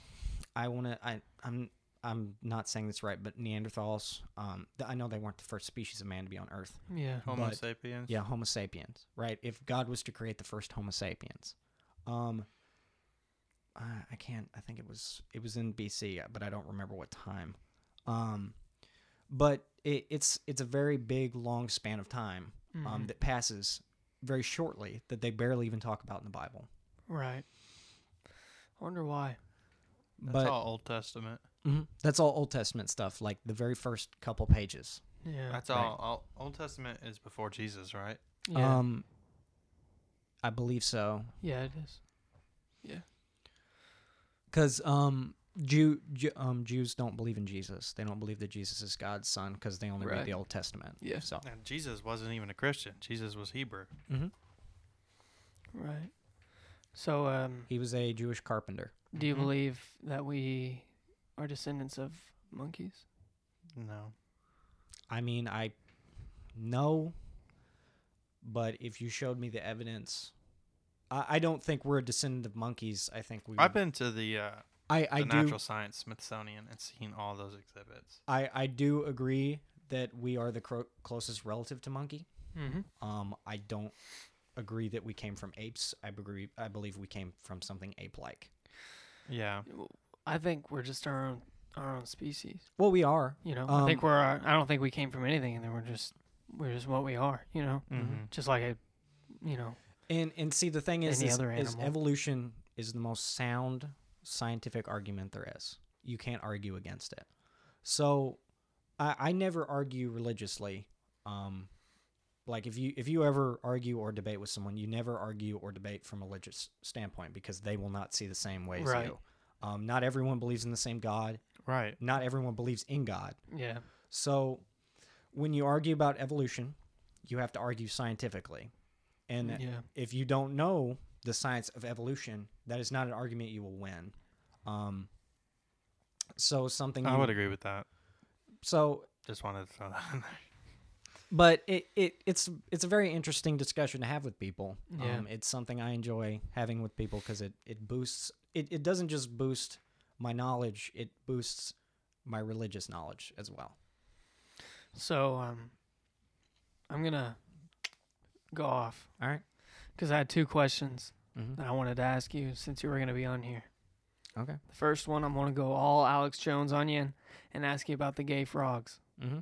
Speaker 3: I want to. I I'm I'm not saying this right, but Neanderthals. Um, th- I know they weren't the first species of man to be on Earth.
Speaker 2: Yeah.
Speaker 1: Homo
Speaker 3: But-
Speaker 1: sapiens.
Speaker 3: Yeah, Homo sapiens. Right. If God was to create the first Homo sapiens, um, I, I can't. I think it was it was in BC, but I don't remember what time. Um, but it, it's it's a very big, long span of time
Speaker 2: Mm-hmm.
Speaker 1: Mm-hmm.
Speaker 3: um, that passes very shortly that they barely even talk about in the Bible.
Speaker 2: Right. I wonder why.
Speaker 1: That's
Speaker 3: but
Speaker 1: all Old Testament.
Speaker 2: Mm-hmm.
Speaker 3: Mhm. That's all Old Testament stuff, like the very first couple pages.
Speaker 2: Yeah.
Speaker 1: That's
Speaker 3: Right.
Speaker 1: all, all. Old Testament is before Jesus, right?
Speaker 2: yeah.
Speaker 3: Um, I believe so,
Speaker 2: yeah. It is.
Speaker 3: because um, Jew, Ju- um, Jews don't believe in Jesus. They don't believe that Jesus is God's son because they only
Speaker 2: Right.
Speaker 3: read the Old Testament.
Speaker 2: Yeah.
Speaker 3: So,
Speaker 1: And Jesus wasn't even a Christian. Jesus was Hebrew.
Speaker 3: mhm.
Speaker 2: Right. So, um,
Speaker 3: he was a Jewish carpenter.
Speaker 2: do you
Speaker 1: Mhm.
Speaker 2: believe that we are descendants of monkeys?
Speaker 1: No.
Speaker 3: I mean, I know, but if you showed me the evidence, I, I don't think we're a descendant of monkeys. I think we.
Speaker 1: I've
Speaker 3: would-
Speaker 1: been to the, uh,
Speaker 3: I
Speaker 1: the
Speaker 3: I do.
Speaker 1: Natural Science Smithsonian and seen all those exhibits.
Speaker 3: I I do agree that we are the cro- closest relative to monkey.
Speaker 2: Mm-hmm.
Speaker 3: Um, I don't agree that we came from apes. I agree. I believe we came from something ape-like.
Speaker 1: Yeah.
Speaker 2: I think we're just our own our own species.
Speaker 3: Well, we are.
Speaker 2: You know, I think
Speaker 3: Um,
Speaker 2: we're. Our, I don't think we came from anything, and then we're just we're just what we are. You know,
Speaker 1: Mm-hmm.
Speaker 2: just like a, you know,
Speaker 3: And and see, the thing is,
Speaker 2: Any
Speaker 3: is,
Speaker 2: other
Speaker 3: is
Speaker 2: animal.
Speaker 3: evolution is the most sound scientific argument there is. You can't argue against it. So, I I never argue religiously. Um, like if you if you ever argue or debate with someone, you never argue or debate from a religious standpoint because they will not see the same way as
Speaker 2: Right.
Speaker 3: you. Um, not everyone believes in the same God.
Speaker 1: Right.
Speaker 3: not everyone believes in God.
Speaker 2: yeah,
Speaker 3: So when you argue about evolution, you have to argue scientifically. And
Speaker 2: yeah,
Speaker 3: if you don't know the science of evolution, that is not an argument you will win. Um, so something
Speaker 1: I
Speaker 3: you-
Speaker 1: would agree with that.
Speaker 3: so
Speaker 1: Just wanted to throw that in there.
Speaker 3: but it, it it's it's a very interesting discussion to have with people.
Speaker 2: Yeah.
Speaker 3: Um, it's something I enjoy having with people because it it boosts it, it doesn't just boost my knowledge, it boosts my religious knowledge as well.
Speaker 2: So um, I'm gonna go off
Speaker 3: All right.
Speaker 2: because I had two questions
Speaker 3: Mhm.
Speaker 2: that I wanted to ask you since you were gonna be on here.
Speaker 3: Okay.
Speaker 2: The first one, I'm gonna go all Alex Jones on you and, and ask you about the gay frogs.
Speaker 3: Mm-hmm.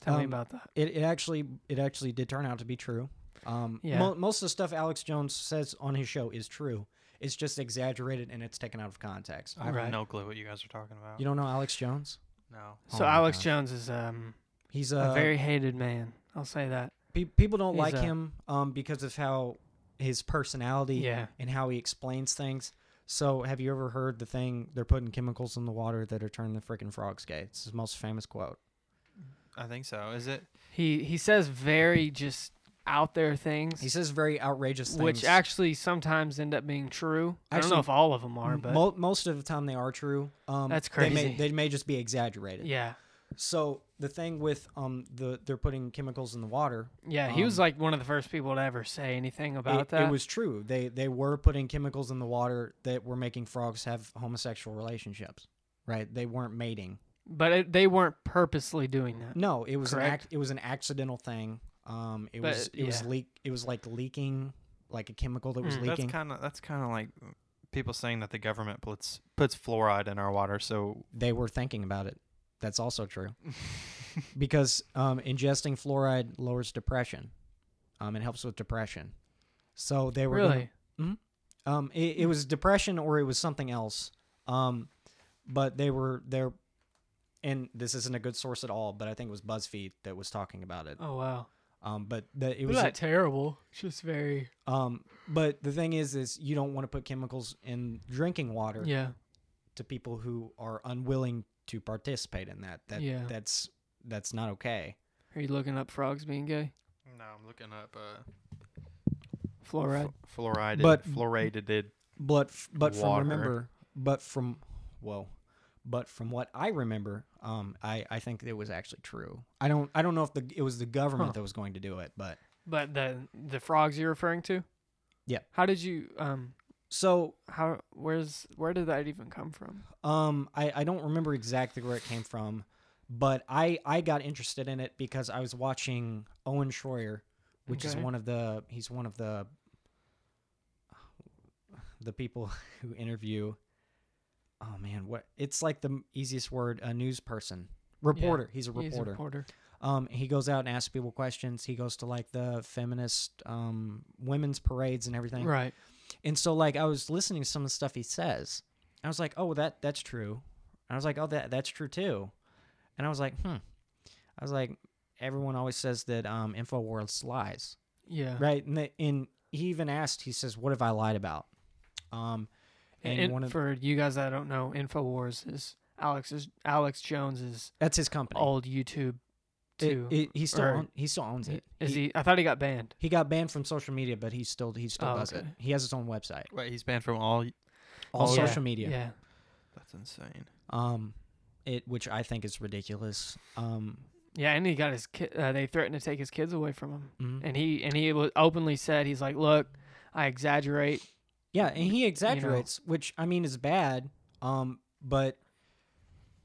Speaker 2: Tell me
Speaker 3: Um,
Speaker 2: about that.
Speaker 3: it, it actually it actually did turn out to be true. Um,
Speaker 2: Yeah.
Speaker 3: mo- most of the stuff Alex Jones says on his show is true. It's just exaggerated and it's taken out of context.
Speaker 1: I have
Speaker 2: Right.
Speaker 1: no clue what you guys are talking about.
Speaker 3: You don't know Alex Jones?
Speaker 1: no.
Speaker 2: So
Speaker 3: oh my
Speaker 2: Alex
Speaker 3: gosh.
Speaker 2: Jones is um
Speaker 3: He's
Speaker 2: a
Speaker 3: a,
Speaker 2: very hated man. I'll say that.
Speaker 3: pe- people don't
Speaker 2: he's
Speaker 3: like
Speaker 2: a-
Speaker 3: him um, because of how his personality
Speaker 2: Yeah.
Speaker 3: and how he explains things. So have you ever heard the thing they're putting chemicals in the water that are turning the freaking frogs gay? It's his most famous quote.
Speaker 1: I think so. Is it?
Speaker 2: He he says very just out there things,
Speaker 3: He says very outrageous things.
Speaker 2: which actually sometimes end up being true. I don't know
Speaker 3: Actually,
Speaker 2: if all of them are, but
Speaker 3: Mo- most of the time they are true. Um,
Speaker 2: That's
Speaker 3: They
Speaker 2: crazy.
Speaker 3: may, they may just be exaggerated.
Speaker 2: yeah,
Speaker 3: So the thing with um the they're putting chemicals in the water.
Speaker 2: yeah. he was like one of the first people to ever say anything about
Speaker 3: Um, it,
Speaker 2: that.
Speaker 3: it was true. They they were putting chemicals in the water that were making frogs have homosexual relationships. Right? They weren't mating.
Speaker 2: but it, they weren't purposely doing that.
Speaker 3: No, it was an
Speaker 2: Correct.
Speaker 3: act, it was an accidental thing. Um, it
Speaker 2: But,
Speaker 3: was it was
Speaker 2: yeah.
Speaker 3: leak it was like leaking like a chemical that was
Speaker 2: Mm. That's
Speaker 3: leaking.
Speaker 1: That's kind of that's kind of like people saying that the government puts puts fluoride in our water. So
Speaker 3: they were thinking about it. That's also true. because um, ingesting fluoride lowers depression. Um, it helps with depression. So they were
Speaker 2: Really?
Speaker 3: Gonna, Mhm. um, it, it was depression or it was something else. Um, but they were there, and this isn't a good source at all. But I think it was BuzzFeed that was talking about it.
Speaker 2: Oh wow.
Speaker 3: Um, but the, it
Speaker 2: It
Speaker 3: was
Speaker 2: was not terrible. It's just very
Speaker 3: um, but the thing is, is you don't want to put chemicals in drinking water
Speaker 2: yeah.
Speaker 3: to people who are unwilling to participate in that. That
Speaker 2: Yeah.
Speaker 3: that's that's not okay.
Speaker 2: Are you looking up frogs being gay?
Speaker 1: no, I'm looking up uh,
Speaker 2: Fluoride.
Speaker 1: fl- fluoride,
Speaker 3: But-
Speaker 1: fluoridated.
Speaker 3: But f- but from
Speaker 1: Water.
Speaker 3: remember, but from whoa, but from what I remember, um, I I think it was actually true. I don't I don't know if the it was the government
Speaker 2: Huh.
Speaker 3: that was going to do it, but
Speaker 2: But the the frogs you're referring to?
Speaker 3: Yeah.
Speaker 2: How did you um
Speaker 3: so
Speaker 2: how where's where did that even come from?
Speaker 3: um I I don't remember exactly where it came from, but I I got interested in it because I was watching Owen Schroyer, which is
Speaker 2: Okay.
Speaker 3: one of the he's one of the the people who interview. Oh man, what it's like the easiest word a news person. Reporter. He's a reporter.
Speaker 2: He's a reporter.
Speaker 3: Um, he goes out and asks people questions. He goes to like the feminist um, women's parades and everything.
Speaker 2: Right.
Speaker 3: And so like I was listening to some of the stuff he says. I was like, oh, that that's true. I was like, oh, that that's true too. And I was like, hmm. I was like, everyone always says that um, Infowars lies,
Speaker 2: Yeah.
Speaker 3: right? And, the, and he even asked. He says, what have I lied about? Um, and,
Speaker 2: And
Speaker 3: one of
Speaker 2: for you guys that don't know, Infowars is Alex's Alex Jones's
Speaker 3: that's his company.
Speaker 2: old YouTube
Speaker 3: It-
Speaker 2: too.
Speaker 3: it- he still
Speaker 2: or-
Speaker 3: own, he still owns it.
Speaker 2: is he, I thought he got banned.
Speaker 3: he got banned from social media, but he still he still
Speaker 2: Oh,
Speaker 3: does it.
Speaker 2: okay. Oh,
Speaker 3: He has his own website.
Speaker 1: Wait, he's banned from all.
Speaker 3: all
Speaker 2: Yeah,
Speaker 3: social media.
Speaker 2: Yeah.
Speaker 1: That's insane.
Speaker 3: Um, it which I think is ridiculous. Um,
Speaker 2: Yeah, and he got his kid uh, they threatened to take his kids away from him.
Speaker 3: mhm.
Speaker 2: And he and he wa- openly said he's like, "Look, I exaggerate."
Speaker 3: yeah, and he exaggerates, which I mean is bad. Um, but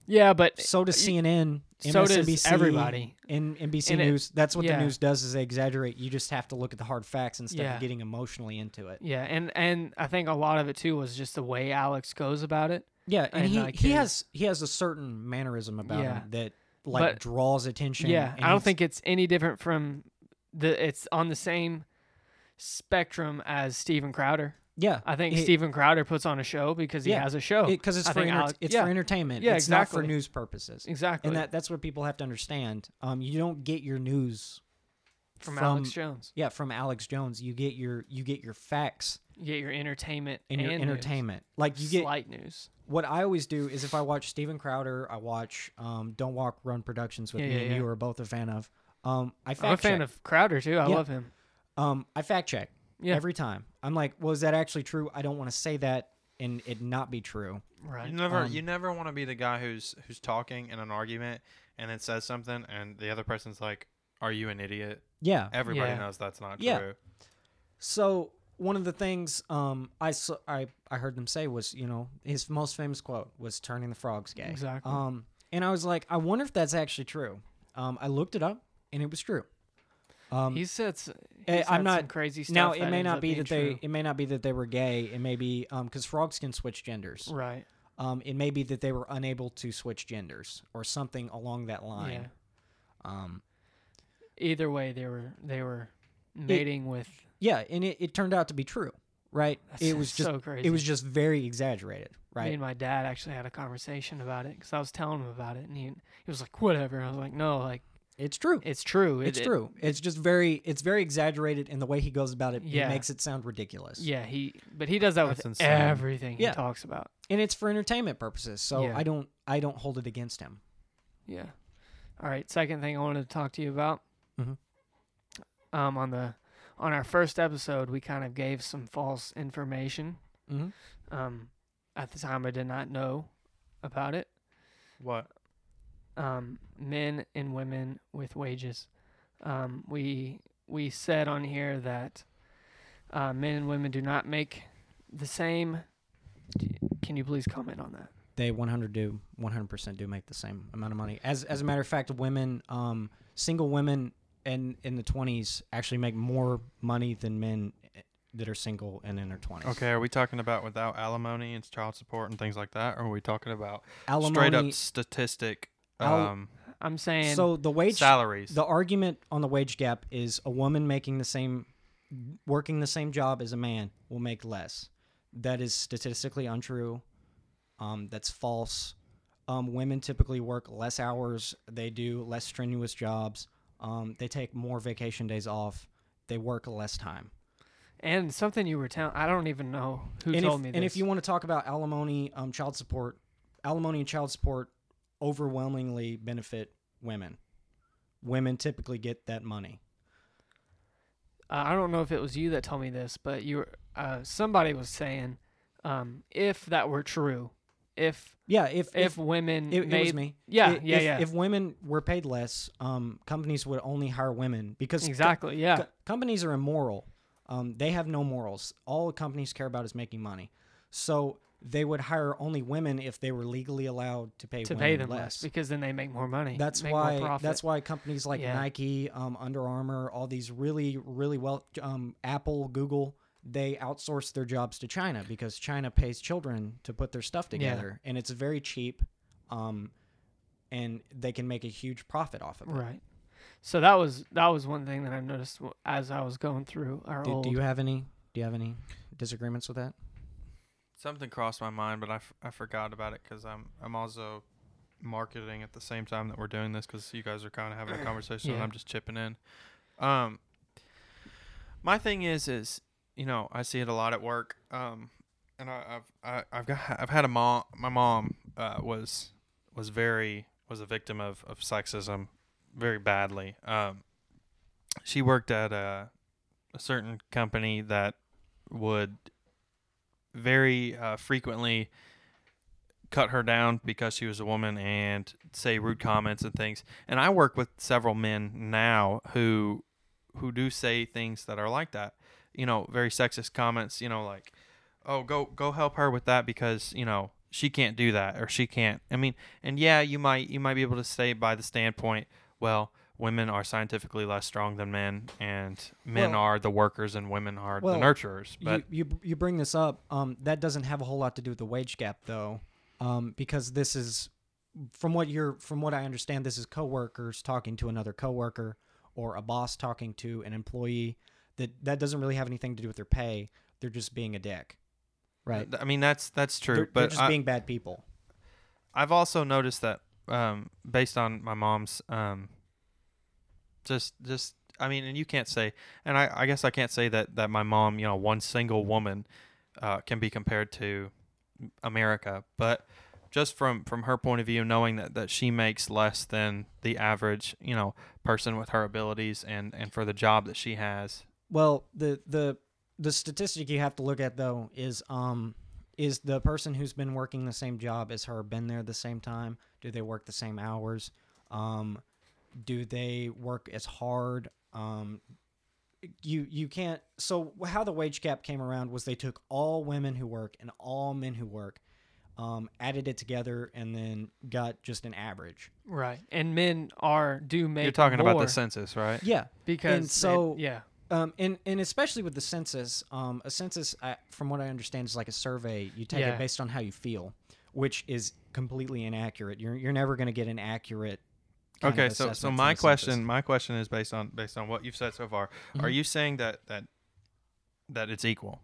Speaker 2: Yeah, but
Speaker 3: so does
Speaker 2: you-
Speaker 3: CNN,
Speaker 2: Eh, so does
Speaker 3: MSNBC,
Speaker 2: everybody.
Speaker 3: and NBC
Speaker 2: And it-
Speaker 3: News. That's what
Speaker 2: yeah.
Speaker 3: the news does is they exaggerate. You just have to look at the hard facts instead
Speaker 2: Yeah.
Speaker 3: of getting emotionally into it.
Speaker 2: Yeah, and and I think a lot of it too was just the way Alex goes about it.
Speaker 3: Yeah, and,
Speaker 2: And,
Speaker 3: he,
Speaker 2: like,
Speaker 3: he
Speaker 2: his-
Speaker 3: has he has a certain mannerism about
Speaker 2: Yeah.
Speaker 3: him that like
Speaker 2: But-
Speaker 3: draws attention.
Speaker 2: yeah,
Speaker 3: and
Speaker 2: I don't
Speaker 3: he's-
Speaker 2: think it's any different from the. It's on the same spectrum as Steven Crowder.
Speaker 3: yeah.
Speaker 2: I think
Speaker 3: It-
Speaker 2: Steven Crowder puts on a show because he
Speaker 3: Yeah,
Speaker 2: has a show.
Speaker 3: because it's
Speaker 2: I
Speaker 3: for
Speaker 2: think
Speaker 3: enter-
Speaker 2: Alex-
Speaker 3: it's
Speaker 2: yeah.
Speaker 3: for entertainment.
Speaker 2: Yeah,
Speaker 3: it's not for
Speaker 2: exactly.
Speaker 3: news purposes.
Speaker 2: exactly
Speaker 3: and that that's what people have to understand. Um, you don't get your news
Speaker 2: from, Alex Jones.
Speaker 3: Yeah, from Alex Jones. You get your you get your facts
Speaker 2: You get your entertainment
Speaker 3: and your
Speaker 2: news.
Speaker 3: entertainment. Like you get
Speaker 2: slight news.
Speaker 3: what I always do is if I watch Steven Crowder, I watch um, Don't Walk Run Productions with
Speaker 2: Yeah,
Speaker 3: me
Speaker 2: yeah,
Speaker 3: and you
Speaker 2: yeah.
Speaker 3: are both a fan of. Um, I fact
Speaker 2: I'm a fan
Speaker 3: check.
Speaker 2: of Crowder too. I
Speaker 3: Yeah.
Speaker 2: love him.
Speaker 3: Um, I fact check
Speaker 2: Yeah.
Speaker 3: every time. I'm like, well, is that actually true? I don't want to say that and it not be true.
Speaker 2: Right.
Speaker 1: You never,
Speaker 3: Um,
Speaker 1: you never want to be the guy who's who's talking in an argument and then says something, and the other person's like, "Are you an idiot?"
Speaker 3: Yeah.
Speaker 1: Everybody
Speaker 2: Yeah.
Speaker 1: knows that's not
Speaker 3: Yeah.
Speaker 1: true.
Speaker 3: So one of the things um, I, s- I I heard them say was, you know, his most famous quote was "turning the frogs gay."
Speaker 2: Exactly.
Speaker 3: Um, and I was like, I wonder if that's actually true. Um, I looked it up, and it was true. Um,
Speaker 2: He said. s- he
Speaker 3: eh,
Speaker 2: said
Speaker 3: I'm
Speaker 2: some
Speaker 3: not
Speaker 2: crazy stuff.
Speaker 3: now. It
Speaker 2: that
Speaker 3: may
Speaker 2: ends
Speaker 3: not
Speaker 2: up
Speaker 3: be
Speaker 2: being
Speaker 3: that they.
Speaker 2: true.
Speaker 3: It may not be that they were gay. It may be because frogs can switch genders.
Speaker 2: Right.
Speaker 3: Um, it may be that they were unable to switch genders or something along that
Speaker 2: Yeah.
Speaker 3: line. Um,
Speaker 2: Either way, they were they were mating with.
Speaker 3: yeah, and it, it turned out to be true, right? it was just
Speaker 2: so crazy.
Speaker 3: it was just very exaggerated, right?
Speaker 2: Me and my dad actually had a conversation about it because I was telling him about it, and he he was like, "Whatever." I was like, "No, like
Speaker 3: It's true.
Speaker 2: it's true. It-
Speaker 3: It's
Speaker 2: it-
Speaker 3: true. It's just very it's very exaggerated in the way he goes about it.
Speaker 2: Yeah.
Speaker 3: It makes it sound ridiculous.
Speaker 2: yeah, he but he does that
Speaker 1: That's
Speaker 2: with
Speaker 1: insane.
Speaker 2: everything
Speaker 3: Yeah.
Speaker 2: he talks about.
Speaker 3: And it's for entertainment purposes. So
Speaker 2: Yeah.
Speaker 3: I don't I don't hold it against him.
Speaker 2: Yeah, All right. Second thing I wanted to talk to you about.
Speaker 3: Mhm.
Speaker 2: Um, on the on our first episode, we kind of gave some false information.
Speaker 3: Mhm.
Speaker 2: Um, at the time, I did not know about it.
Speaker 1: What?
Speaker 2: Um, men and women with wages. Um, we we said on here that uh, men and women do not make the same. D- Can you please comment on that?
Speaker 3: They 100 do 100% do make the same amount of money. As as a matter of fact, women, um, single women, in in the 20s actually make more money than men that are single and in their 20s.
Speaker 1: Okay, are we talking about without alimony and child support and things like that, or are we talking about
Speaker 3: alimony.
Speaker 1: straight up statistic
Speaker 3: Al-
Speaker 1: um,
Speaker 2: I'm saying
Speaker 3: so the wage
Speaker 1: salaries?
Speaker 3: The argument on the wage gap is a woman making the same, working the same job as a man will make less. That is statistically untrue. Um, that's false. Um, women typically work less hours. They do less strenuous jobs. Um, they take more vacation days off. They work less time.
Speaker 2: And something you were telling, I don't even know who
Speaker 3: and
Speaker 2: told
Speaker 3: if,
Speaker 2: me this.
Speaker 3: and if you want to talk about alimony, um, child support, alimony and child support overwhelmingly benefit women. Women typically get that money.
Speaker 2: uh, I don't know if it was you that told me this, but you were, uh, somebody was saying, um, if that were true, if
Speaker 3: Yeah, if
Speaker 2: if, women
Speaker 3: It,
Speaker 2: made,
Speaker 3: it was me.
Speaker 2: yeah,
Speaker 3: I-
Speaker 2: yeah,
Speaker 3: if,
Speaker 2: yeah.
Speaker 3: If women were paid less, um, companies would only hire women because co-
Speaker 2: exactly, yeah,
Speaker 3: co- companies are immoral. Um, they have no morals. All companies care about is making money. So they would hire only women if they were legally allowed to pay
Speaker 2: to
Speaker 3: women
Speaker 2: pay them less. because then they make more money.
Speaker 3: That's
Speaker 2: make More
Speaker 3: why.
Speaker 2: profit.
Speaker 3: That's why companies like
Speaker 2: Yeah.
Speaker 3: Nike, um, Under Armour, all these really, really well, um, Apple, Google, they outsource their jobs to China because China pays children to put their stuff together, and it's very cheap, um, and they can make a huge profit off of it.
Speaker 2: right. So that was that was one thing that I noticed w- as I was going through our
Speaker 3: Do,
Speaker 2: old.
Speaker 3: do you have any? Do you have any disagreements with that?
Speaker 1: Something crossed my mind, but I, f- I forgot about it because I'm I'm also marketing at the same time that we're doing this because you guys are kind of having a conversation and
Speaker 2: Yeah.
Speaker 1: I'm just chipping in. Um, my thing is is you know I see it a lot at work. Um, and I, I've I, I've got I've had a mom. My mom uh, was was very was a victim of of sexism, very badly. Um, she worked at a a certain company that would very uh, frequently cut her down because she was a woman and say rude comments and things. And I work with several men now who who do say things that are like that. You know, very sexist comments, you know, like, "Oh, go go help her with that because, you know, she can't do that or she can't." I mean, and yeah, you might you might be able to say by the standpoint, well, women are scientifically less strong than men and men
Speaker 3: Well-
Speaker 1: are the workers and women are
Speaker 3: Well,
Speaker 1: the nurturers. But
Speaker 3: you, you you bring this up. Um, that doesn't have a whole lot to do with the wage gap, though, um, because this is from what you're from what I understand. This is coworkers talking to another coworker or a boss talking to an employee. That that doesn't really have anything to do with their pay. They're just being a dick, right?
Speaker 1: I mean that's that's true,
Speaker 3: They're,
Speaker 1: but
Speaker 3: they're just
Speaker 1: I,
Speaker 3: being bad people.
Speaker 1: I've also noticed that um, based on my mom's um, just just I mean, and you can't say, and I, I guess I can't say that that my mom, you know, one single woman uh, can be compared to America, but just from from her point of view, knowing that that she makes less than the average, you know, person with her abilities and and for the job that she has,
Speaker 3: Well, the the the statistic you have to look at though is um is the person who's been working the same job as her been there the same time? Do they work the same hours? Um, do they work as hard? Um, you you can't. So how the wage gap came around was they took all women who work and all men who work, um, added it together and then got just an average.
Speaker 2: right, and men are do make.
Speaker 1: you're talking about
Speaker 2: more
Speaker 1: the census, right?
Speaker 3: Yeah,
Speaker 2: because
Speaker 3: and
Speaker 2: they-
Speaker 3: so-
Speaker 2: yeah,
Speaker 3: Um, and, and especially with the census, um, a census, I, from what I understand, is like a survey. You take
Speaker 2: Yeah.
Speaker 3: it based on how you feel, which is completely inaccurate. You're, you're never going to get an accurate. kind of
Speaker 1: Okay, so so
Speaker 3: assessment from
Speaker 1: my
Speaker 3: a census.
Speaker 1: question my question is based on based on what you've said so far.
Speaker 3: Mm-hmm.
Speaker 1: Are you saying that that that it's equal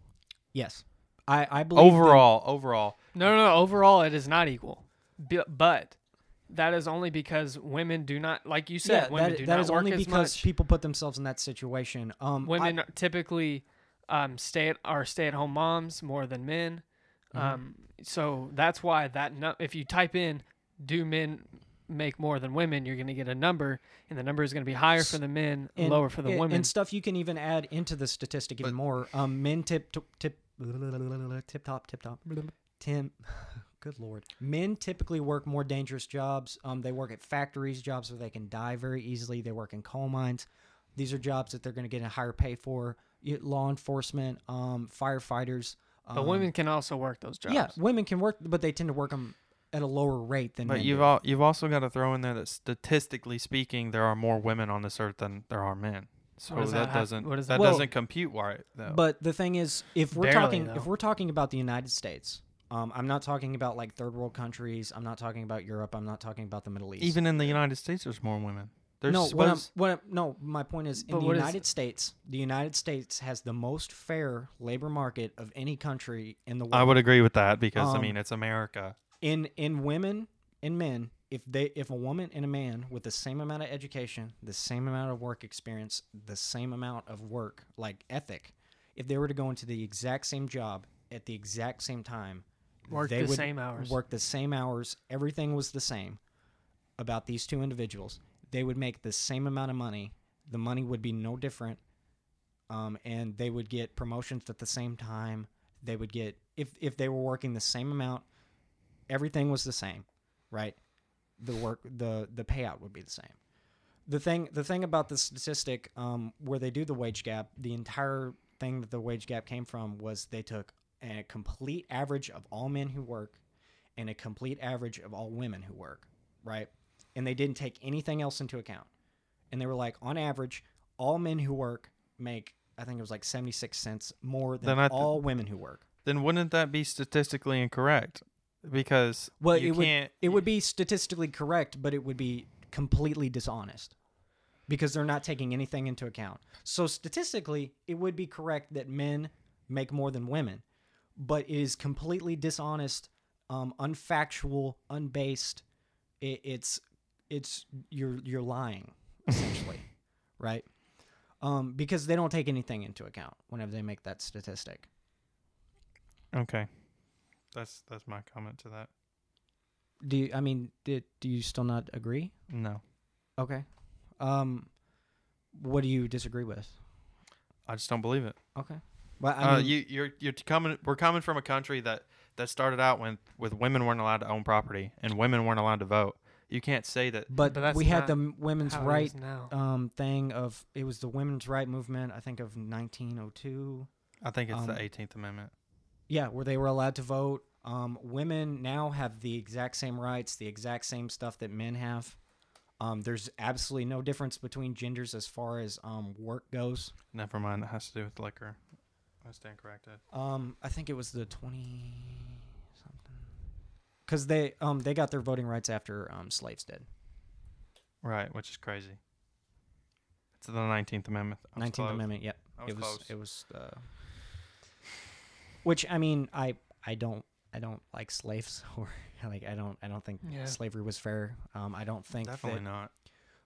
Speaker 3: Yes, I I believe that-
Speaker 1: overall? Overall,
Speaker 2: No, no, no. Overall, it is not equal. B- but that is only because women do not, like you
Speaker 3: yeah,
Speaker 2: said, women do
Speaker 3: that, that
Speaker 2: not
Speaker 3: is
Speaker 2: work
Speaker 3: only
Speaker 2: as
Speaker 3: because
Speaker 2: much.
Speaker 3: people put themselves in that situation. Um, I-
Speaker 2: women are typically um, stay at, are stay at home moms more than men.
Speaker 3: Mm-hmm.
Speaker 2: Um, so that's why that nu- if you type in do men make more than women, you're going to get a number, and the number is going to be higher for the men,
Speaker 3: and-
Speaker 2: lower for the
Speaker 3: and-
Speaker 2: women.
Speaker 3: and stuff you can even add into the statistic even
Speaker 1: But-
Speaker 3: more. Um, men tip to- tip tip top tip top Tim. Good lord, men typically work more dangerous jobs. Um, they work at factories, jobs where they can die very easily. They work in coal mines. These are jobs that they're going to get a higher pay for. You- Law enforcement, um, firefighters. Um,
Speaker 2: but women can also work those jobs.
Speaker 3: yeah, women can work, but they tend to work them at a lower rate than
Speaker 1: But
Speaker 3: men.
Speaker 1: you've
Speaker 3: do.
Speaker 1: all, you've also got to throw in there that statistically speaking, there are more women on this earth than there are men. So
Speaker 2: does
Speaker 1: that,
Speaker 2: that have-
Speaker 1: doesn't
Speaker 2: what does
Speaker 1: that
Speaker 2: that-
Speaker 3: Well-
Speaker 1: doesn't compute right though.
Speaker 3: But the thing is, if we're
Speaker 2: Barely,
Speaker 3: talking if
Speaker 2: though.
Speaker 3: we're talking about the United States, um, I'm not talking about like third world countries. I'm not talking about Europe. I'm not talking about the Middle East.
Speaker 1: even in the United States, there's more women. There's
Speaker 3: no, what I'm,
Speaker 1: supposed,
Speaker 3: what I'm, no. My point is, in
Speaker 2: But
Speaker 3: the
Speaker 2: what is-
Speaker 3: United States, the United States has the most fair labor market of any country in the world.
Speaker 1: I would agree with that because I
Speaker 3: Um,
Speaker 1: mean it's America.
Speaker 3: in in women in men if they if a woman and a man with the same amount of education the same amount of work experience the same amount of work like ethic if they were to go into the exact same job at the exact same time
Speaker 2: Work
Speaker 3: they
Speaker 2: the
Speaker 3: would
Speaker 2: same hours.
Speaker 3: work the same hours everything was the same about these two individuals they would make the same amount of money the money would be no different um, and they would get promotions at the same time they would get if if they were working the same amount everything was the same, right? The work the the payout would be the same. The thing the thing about the statistic um, where they do the wage gap, the entire thing that the wage gap came from was they took a complete average of all men who work and a complete average of all women who work, right? And they didn't take anything else into account. And they were like, on average, all men who work make I think it was like seventy six cents more than
Speaker 1: Then I th-
Speaker 3: all women who work.
Speaker 1: Then wouldn't that be statistically incorrect? Because
Speaker 3: Well,
Speaker 1: you
Speaker 3: it would
Speaker 1: can't.
Speaker 3: it would be statistically correct, but it would be completely dishonest because they're not taking anything into account. So statistically, it would be correct that men make more than women, but it is completely dishonest, um, unfactual, unbased. It, it's it's you're you're lying essentially, right? Um, because they don't take anything into account whenever they make that statistic.
Speaker 1: Okay, that's that's my comment to that.
Speaker 3: Do you, I mean did, do you still not agree?
Speaker 1: No,
Speaker 3: Okay. Um, what do you disagree with?
Speaker 1: I just don't believe it.
Speaker 3: Okay. Well,
Speaker 1: uh,
Speaker 3: I mean,
Speaker 1: you you're you're coming. We're coming from a country that that started out when with women weren't allowed to own property and women weren't allowed to vote. You can't say that.
Speaker 3: but,
Speaker 2: But that's
Speaker 3: we had
Speaker 2: not
Speaker 3: the m- women's
Speaker 2: How it
Speaker 3: right
Speaker 2: is now.
Speaker 3: um thing of it was the women's right movement. I think of 1902.
Speaker 1: I think it's the
Speaker 3: Um,
Speaker 1: 18th Amendment.
Speaker 3: Yeah, where they were allowed to vote. Um, women now have the exact same rights, the exact same stuff that men have. Um, there's absolutely no difference between genders as far as um, work goes.
Speaker 1: Never mind. That has to do with liquor. I stand corrected.
Speaker 3: Um, I think it was the 20 something. Because they um they got their voting rights after um slaves did.
Speaker 1: Right, which is crazy. It's the 19th Amendment. I was
Speaker 3: Nineteenth
Speaker 1: close.
Speaker 3: Amendment. Yep.
Speaker 1: I was
Speaker 3: it was.
Speaker 1: close.
Speaker 3: It was. Uh, which I mean, I I don't I don't like slaves or like I don't I don't think
Speaker 2: Yeah.
Speaker 3: slavery was fair. Um, I don't think
Speaker 1: Definitely
Speaker 3: that-
Speaker 1: not.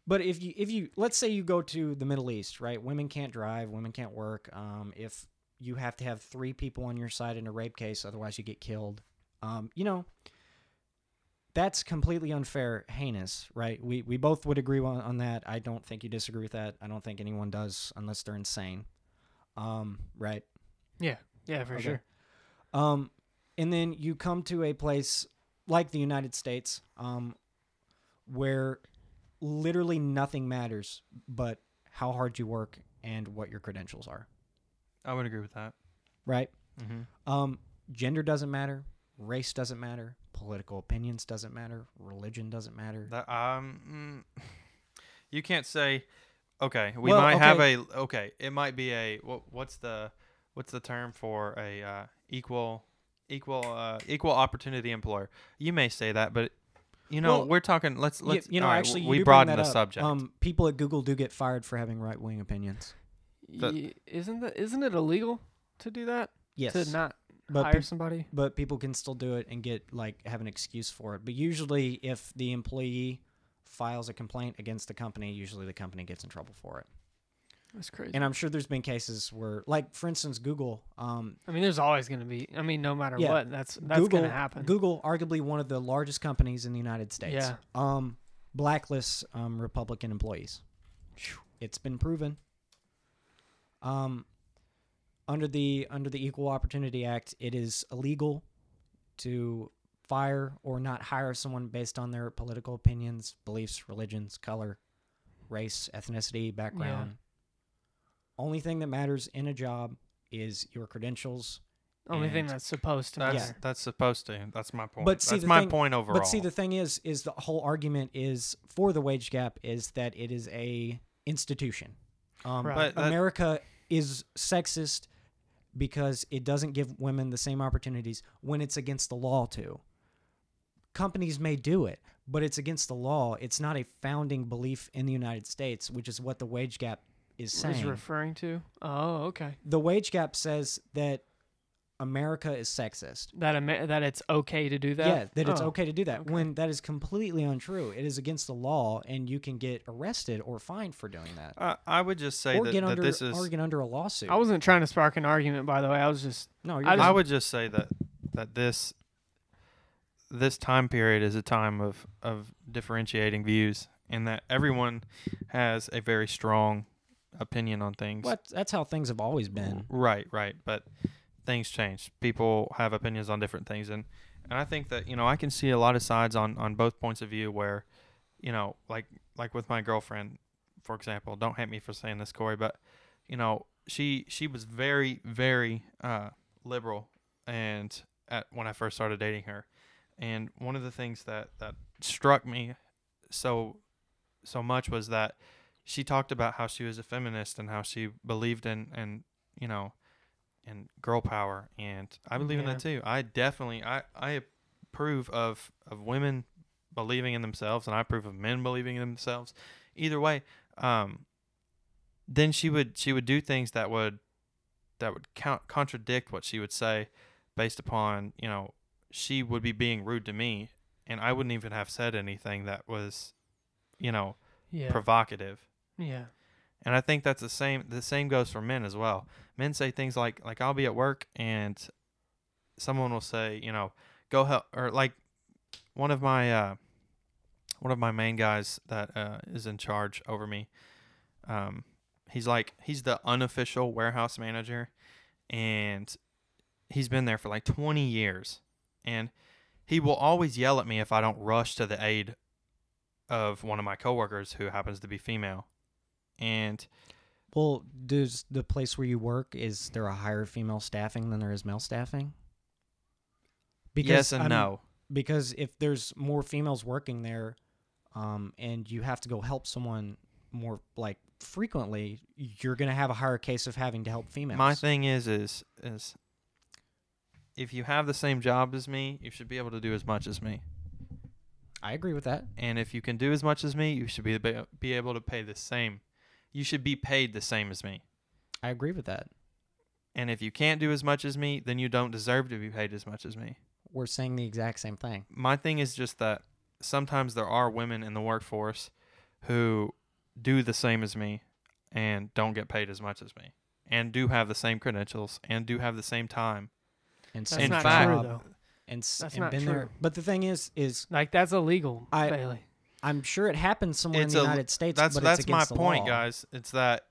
Speaker 3: But if you if you let's say you go to the Middle East, right? Women can't drive. Women can't work. Um, if you have to have three people on your side in a rape case, otherwise you get killed. Um, you know. That's completely unfair, heinous, right? We, we both would agree on, on that. I don't think you disagree with that. I don't think anyone does, unless they're insane. Um, right?
Speaker 2: yeah, yeah, for
Speaker 3: Okay.
Speaker 2: sure.
Speaker 3: Um, and then you come to a place like the United States, um, where literally nothing matters but how hard you work and what your credentials are,
Speaker 1: I would agree with that.
Speaker 3: right?
Speaker 1: Mm-hmm.
Speaker 3: Um, gender doesn't matter, race doesn't matter, political opinions doesn't matter, religion doesn't matter.
Speaker 1: That um, mm, you can't say. Okay, we
Speaker 3: Well,
Speaker 1: might have a. Okay, it might be a. What, what's the what's the term for a uh, equal equal uh, equal opportunity employer? You may say that, but you know
Speaker 3: Well,
Speaker 1: we're talking. Let's
Speaker 3: Y-
Speaker 1: let's.
Speaker 3: you know,
Speaker 1: all right,
Speaker 3: actually, you
Speaker 1: we
Speaker 3: do bring
Speaker 1: broaden
Speaker 3: that
Speaker 1: the
Speaker 3: up.
Speaker 1: subject.
Speaker 3: Um, people at Google do get fired for having right wing opinions.
Speaker 1: That-
Speaker 2: Ye- isn't that isn't it illegal to do that?
Speaker 3: Yes,
Speaker 2: To not
Speaker 3: But
Speaker 2: hire
Speaker 3: peop-
Speaker 2: somebody?
Speaker 3: but people can still do it and get like have an excuse for it. But usually, if the employee files a complaint against the company, usually the company gets in trouble for it.
Speaker 2: That's crazy.
Speaker 3: And I'm sure there's been cases where, like for instance, Google, um,
Speaker 2: I mean, there's always going to be. I mean, no matter
Speaker 3: Yeah.
Speaker 2: what, that's that's
Speaker 3: Google,
Speaker 2: going to happen.
Speaker 3: Google, arguably one of the largest companies in the United States.
Speaker 2: Yeah.
Speaker 3: Um, blacklists um, Republican employees.
Speaker 2: Phew.
Speaker 3: It's been proven. Um, under the under the Equal Opportunity Act, it is illegal to fire or not hire someone based on their political opinions, beliefs, religions, color, race, ethnicity, background. Only thing that matters in a job is your credentials.
Speaker 2: Only thing
Speaker 3: And-
Speaker 2: that's supposed to
Speaker 1: That's
Speaker 2: matter.
Speaker 1: that's supposed to. That's my point.
Speaker 3: But see,
Speaker 1: that's
Speaker 3: the
Speaker 1: my
Speaker 3: thing-
Speaker 1: point overall.
Speaker 3: But see, the thing is, is the whole argument is for the wage gap is that it is a institution. Um,
Speaker 2: Right.
Speaker 1: But that-
Speaker 3: America is sexist because it doesn't give women the same opportunities when it's against the law to. Companies may do it, but it's against the law. It's not a founding belief in the United States, which is what the wage gap is
Speaker 2: Is
Speaker 3: saying.
Speaker 2: referring to? Oh, okay.
Speaker 3: the wage gap says that America is sexist.
Speaker 2: That ama- that it's okay to do that.
Speaker 3: yeah, that it's
Speaker 2: Oh,
Speaker 3: okay to do that
Speaker 2: okay.
Speaker 3: when that is completely untrue. It is against the law, and you can get arrested or fined for doing that,
Speaker 1: uh, I would just say
Speaker 3: or
Speaker 1: that,
Speaker 3: get
Speaker 1: that
Speaker 3: under
Speaker 1: this is.
Speaker 3: or get under a lawsuit.
Speaker 2: I wasn't trying to spark an argument, by the way. I was just
Speaker 3: no, you're
Speaker 2: I
Speaker 3: good.
Speaker 1: I would just say that that this this time period is a time of of differentiating views, and that everyone has a very strong opinion on things.
Speaker 3: What? That's how things have always been.
Speaker 2: Mm.
Speaker 1: Right, right. But things change. People have opinions on different things, and and I think that you know I can see a lot of sides on on both points of view where, you know, like like with my girlfriend, for example. Don't hate me for saying this, Corey, but you know she she was very very uh, liberal, and at when I first started dating her, and one of the things that that struck me so so much was that she talked about how she was a feminist and how she believed in and you know and girl power and i believe in that too i definitely i i approve of of women believing in themselves and i approve of men believing in themselves either way um then she would she would do things that would that would count, contradict what she would say based upon you know she would be being rude to me and i wouldn't even have said anything that was you know
Speaker 2: yeah.
Speaker 1: provocative
Speaker 2: yeah.
Speaker 1: and I think that's the same. The same goes for men as well. Men say things like, like I'll be at work and someone will say, you know, go help, or like one of my uh, one of my main guys that uh, is in charge over me. Um, he's like he's the unofficial warehouse manager, and he's been there for like 20 years, and he will always yell at me if I don't rush to the aid of one of my coworkers who happens to be female. And
Speaker 3: Well, does the place where you work is there a higher female staffing than there is male staffing?
Speaker 1: yes and
Speaker 3: I mean,
Speaker 1: no.
Speaker 3: Because if there's more females working there, um, and you have to go help someone more like frequently, you're gonna have a higher case of having to help females.
Speaker 1: My thing is is is if you have the same job as me, you should be able to do as much as me.
Speaker 3: I agree with that.
Speaker 1: And if you can do as much as me, you should be be be able to pay the same. You should be paid the same as me.
Speaker 3: I agree with that.
Speaker 1: And if you can't do as much as me, then you don't deserve to be paid as much as me.
Speaker 3: We're saying the exact same thing.
Speaker 1: my thing is just that sometimes there are women in the workforce who do the same as me and don't get paid as much as me and do have the same credentials and do have the same time.
Speaker 3: And
Speaker 2: That's
Speaker 3: same
Speaker 1: in
Speaker 2: not
Speaker 1: fact-
Speaker 2: true
Speaker 3: job
Speaker 2: though.
Speaker 3: and, s-
Speaker 2: That's
Speaker 3: and
Speaker 2: not
Speaker 3: been there.
Speaker 2: true.
Speaker 3: But the thing is, is
Speaker 2: Like that's illegal,
Speaker 3: I-
Speaker 2: Bailey.
Speaker 3: I'm sure it happens somewhere
Speaker 1: It's
Speaker 3: in the
Speaker 1: a-
Speaker 3: United States.
Speaker 1: that's
Speaker 3: but
Speaker 1: that's
Speaker 3: it's
Speaker 1: my
Speaker 3: against the
Speaker 1: point,
Speaker 3: law.
Speaker 1: guys. It's that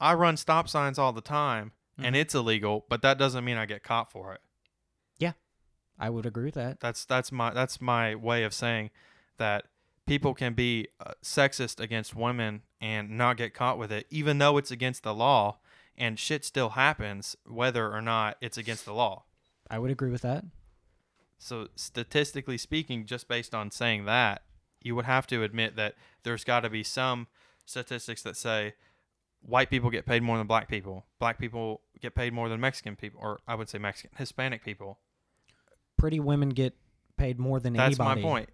Speaker 1: I run stop signs all the time
Speaker 3: Mm-hmm.
Speaker 1: and it's illegal, but that doesn't mean I get caught for it.
Speaker 3: I would agree with that.
Speaker 1: That's that's my that's my way of saying that people can be uh, sexist against women and not get caught with it, even though it's against the law, and shit still happens whether or not it's against the law.
Speaker 3: I would agree with that.
Speaker 1: So statistically speaking, just based on saying that, you would have to admit that there's got to be some statistics that say white people get paid more than black people, black people get paid more than Mexican people, or I would say Mexican Hispanic people.
Speaker 3: Pretty women get paid more than
Speaker 1: That's
Speaker 3: anybody.
Speaker 1: my point.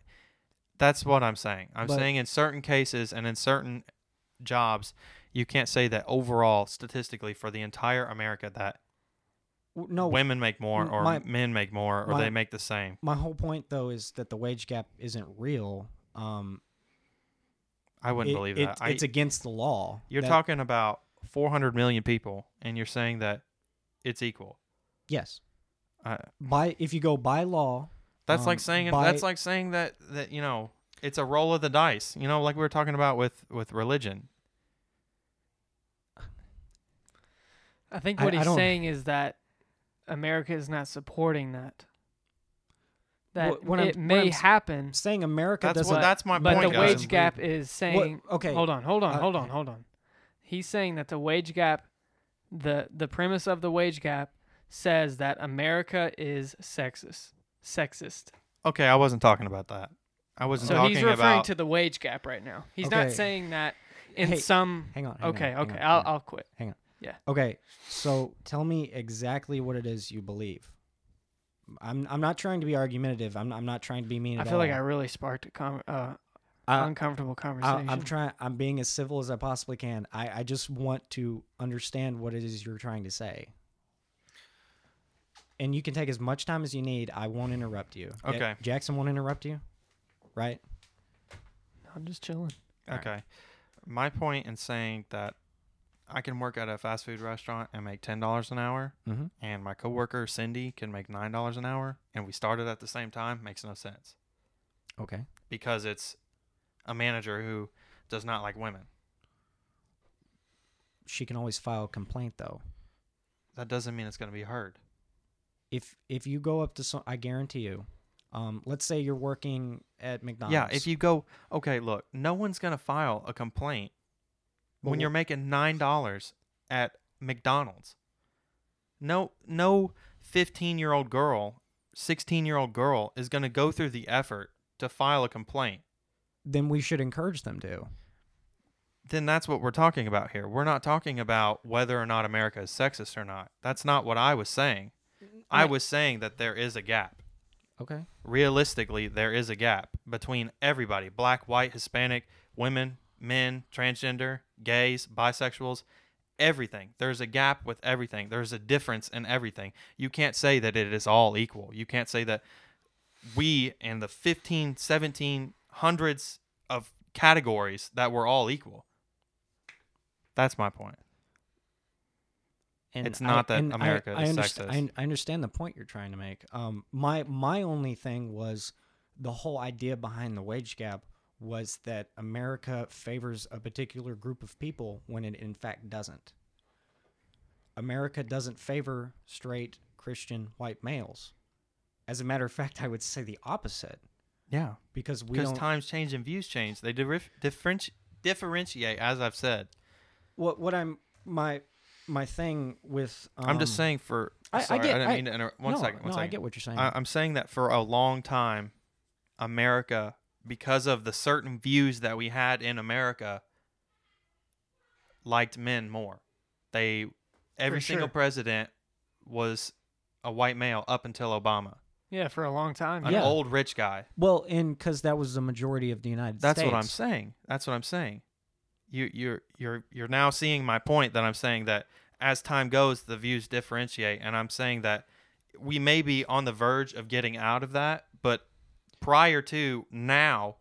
Speaker 1: That's what I'm saying. I'm
Speaker 3: But-
Speaker 1: saying in certain cases and in certain jobs, you can't say that overall, statistically, for the entire America, that
Speaker 3: W- No,
Speaker 1: women make more
Speaker 3: m-
Speaker 1: or
Speaker 3: my-
Speaker 1: men make more or
Speaker 3: my-
Speaker 1: they make the same.
Speaker 3: my whole point though is that the wage gap isn't real. Um,
Speaker 1: I wouldn't
Speaker 3: it-
Speaker 1: believe
Speaker 3: it-
Speaker 1: that. I,
Speaker 3: it's against the law.
Speaker 1: you're
Speaker 3: That-
Speaker 1: talking about 400 million people, and you're saying that it's equal.
Speaker 3: Yes.
Speaker 1: I,
Speaker 3: By if you go by law,
Speaker 1: that's
Speaker 3: Um,
Speaker 1: like saying
Speaker 3: by-
Speaker 2: Um,
Speaker 1: that's like saying that that you know it's a roll of the dice. You know, like we were talking about with with religion.
Speaker 2: I think
Speaker 3: I-
Speaker 2: what
Speaker 3: I
Speaker 2: he's
Speaker 3: don't-
Speaker 2: saying is that America is not supporting that. That
Speaker 3: What- what I'm-
Speaker 2: it
Speaker 3: what
Speaker 2: may
Speaker 3: I'm s-
Speaker 2: happen,
Speaker 3: Saying America
Speaker 1: That's
Speaker 3: doesn't.
Speaker 1: what that's my
Speaker 2: but
Speaker 1: point.
Speaker 2: the
Speaker 1: guys.
Speaker 2: wage gap is saying.
Speaker 3: okay.
Speaker 2: Hold on, hold on,
Speaker 3: Uh,
Speaker 2: hold on, hold on. He's saying that the wage gap, the the premise of the wage gap says that America is sexist. Sexist.
Speaker 1: Okay, I wasn't talking about that. I wasn't
Speaker 2: So
Speaker 1: talking
Speaker 2: he's referring
Speaker 1: about
Speaker 2: to the wage gap right now. He's not
Speaker 3: Okay.
Speaker 2: saying that in
Speaker 3: Hey,
Speaker 2: some.
Speaker 3: Hang on. hang on,
Speaker 2: Okay,
Speaker 3: hang on,
Speaker 2: okay,
Speaker 3: hang
Speaker 2: I'll
Speaker 3: on.
Speaker 2: I'll quit.
Speaker 3: Okay, so tell me exactly what it is you believe. I'm I'm not trying to be argumentative. I'm I'm not trying to be mean.
Speaker 2: I
Speaker 3: at
Speaker 2: feel like I
Speaker 3: all.
Speaker 2: really sparked a com- uh,
Speaker 3: I-
Speaker 2: uncomfortable
Speaker 3: I,
Speaker 2: conversation.
Speaker 3: I'm trying. I'm being as civil as I possibly can. I I just want to understand what it is you're trying to say. And you can take as much time as you need. I won't interrupt you. Ja-
Speaker 1: Okay.
Speaker 3: Jackson won't interrupt you, right?
Speaker 2: I'm just chilling.
Speaker 1: Okay. My point in saying that I can work at a fast food restaurant and make ten dollars an hour,
Speaker 3: Mhm.
Speaker 1: and my coworker Cindy can make nine dollars an hour, and we started at the same time makes no sense
Speaker 3: Okay.
Speaker 1: because it's a manager who does not like women.
Speaker 3: She can always file a complaint though.
Speaker 1: That doesn't mean it's going to be heard.
Speaker 3: If if you go up to some, I guarantee you. Um, let's say you're working at McDonald's.
Speaker 1: Yeah, if you go, okay, look, no one's going to file a complaint when
Speaker 3: Well-
Speaker 1: you're making nine dollars at McDonald's. No, no, fifteen-year-old girl, sixteen-year-old girl is going to go through the effort to file a complaint.
Speaker 3: then we should encourage them to.
Speaker 1: Then that's what we're talking about here. We're not talking about whether or not America is sexist or not. That's not what I was saying. I was saying that there is a gap.
Speaker 3: Okay.
Speaker 1: realistically, there is a gap between everybody black, white, Hispanic, women, men, transgender, gays, bisexuals, everything. There's a gap with everything. There's a difference in everything. You can't say that it is all equal. You can't say that we and the 15, 17, hundreds of categories that we're all equal. That's my point.
Speaker 3: And
Speaker 1: It's not that
Speaker 3: and
Speaker 1: America
Speaker 3: I, I
Speaker 1: is
Speaker 3: underst-
Speaker 1: sexist.
Speaker 3: I, I understand the point you're trying to make. Um, my my only thing was the whole idea behind the wage gap was that America favors a particular group of people when it in fact doesn't. America doesn't favor straight Christian white males. As a matter of fact, I would say the opposite
Speaker 1: Yeah.
Speaker 3: because we
Speaker 1: Because
Speaker 3: don't.
Speaker 1: times change and views change. They differ- differenti- differentiate, as I've said.
Speaker 3: what what I'm my my thing with um,
Speaker 1: I'm just saying for.
Speaker 3: I- I
Speaker 1: sorry, I,
Speaker 3: get-
Speaker 1: didn't
Speaker 3: I-
Speaker 1: mean to interrupt. One
Speaker 3: no,
Speaker 1: second. one
Speaker 3: no, I
Speaker 1: second.
Speaker 3: get what you're saying.
Speaker 1: I, am saying that for a long time, America, because of the certain views that we had in America, liked men more. They every single
Speaker 2: sure.
Speaker 1: president was a white male up until Obama,
Speaker 2: Yeah, for a long time.
Speaker 1: an
Speaker 3: Yeah.
Speaker 1: old rich guy.
Speaker 3: Well, and because that was the majority of the United
Speaker 1: That's
Speaker 3: States.
Speaker 1: what I'm saying. That's what I'm saying. You you're you're you're now seeing my point that I'm saying that as time goes the views differentiate and I'm saying that we may be on the verge of getting out of that, but prior to now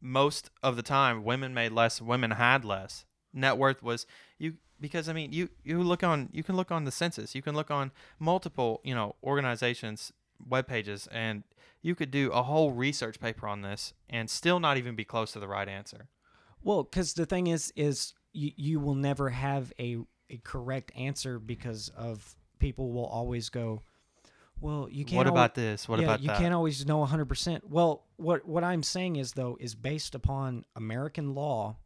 Speaker 1: most of the time women made less, women had less. Net worth was you because I mean you you look on you can look on the census, you can look on multiple, you know, organizations web pages and you could do a whole research paper on this and still not even be close to the right answer.
Speaker 3: Well, because the thing is, is you, you will never have a, a correct answer because of people will always go, well, you can't.
Speaker 1: What
Speaker 3: al-
Speaker 1: about this? What
Speaker 3: yeah,
Speaker 1: about
Speaker 3: you
Speaker 1: that?
Speaker 3: can't always know 100%. Well, what what I'm saying is though is based upon American law,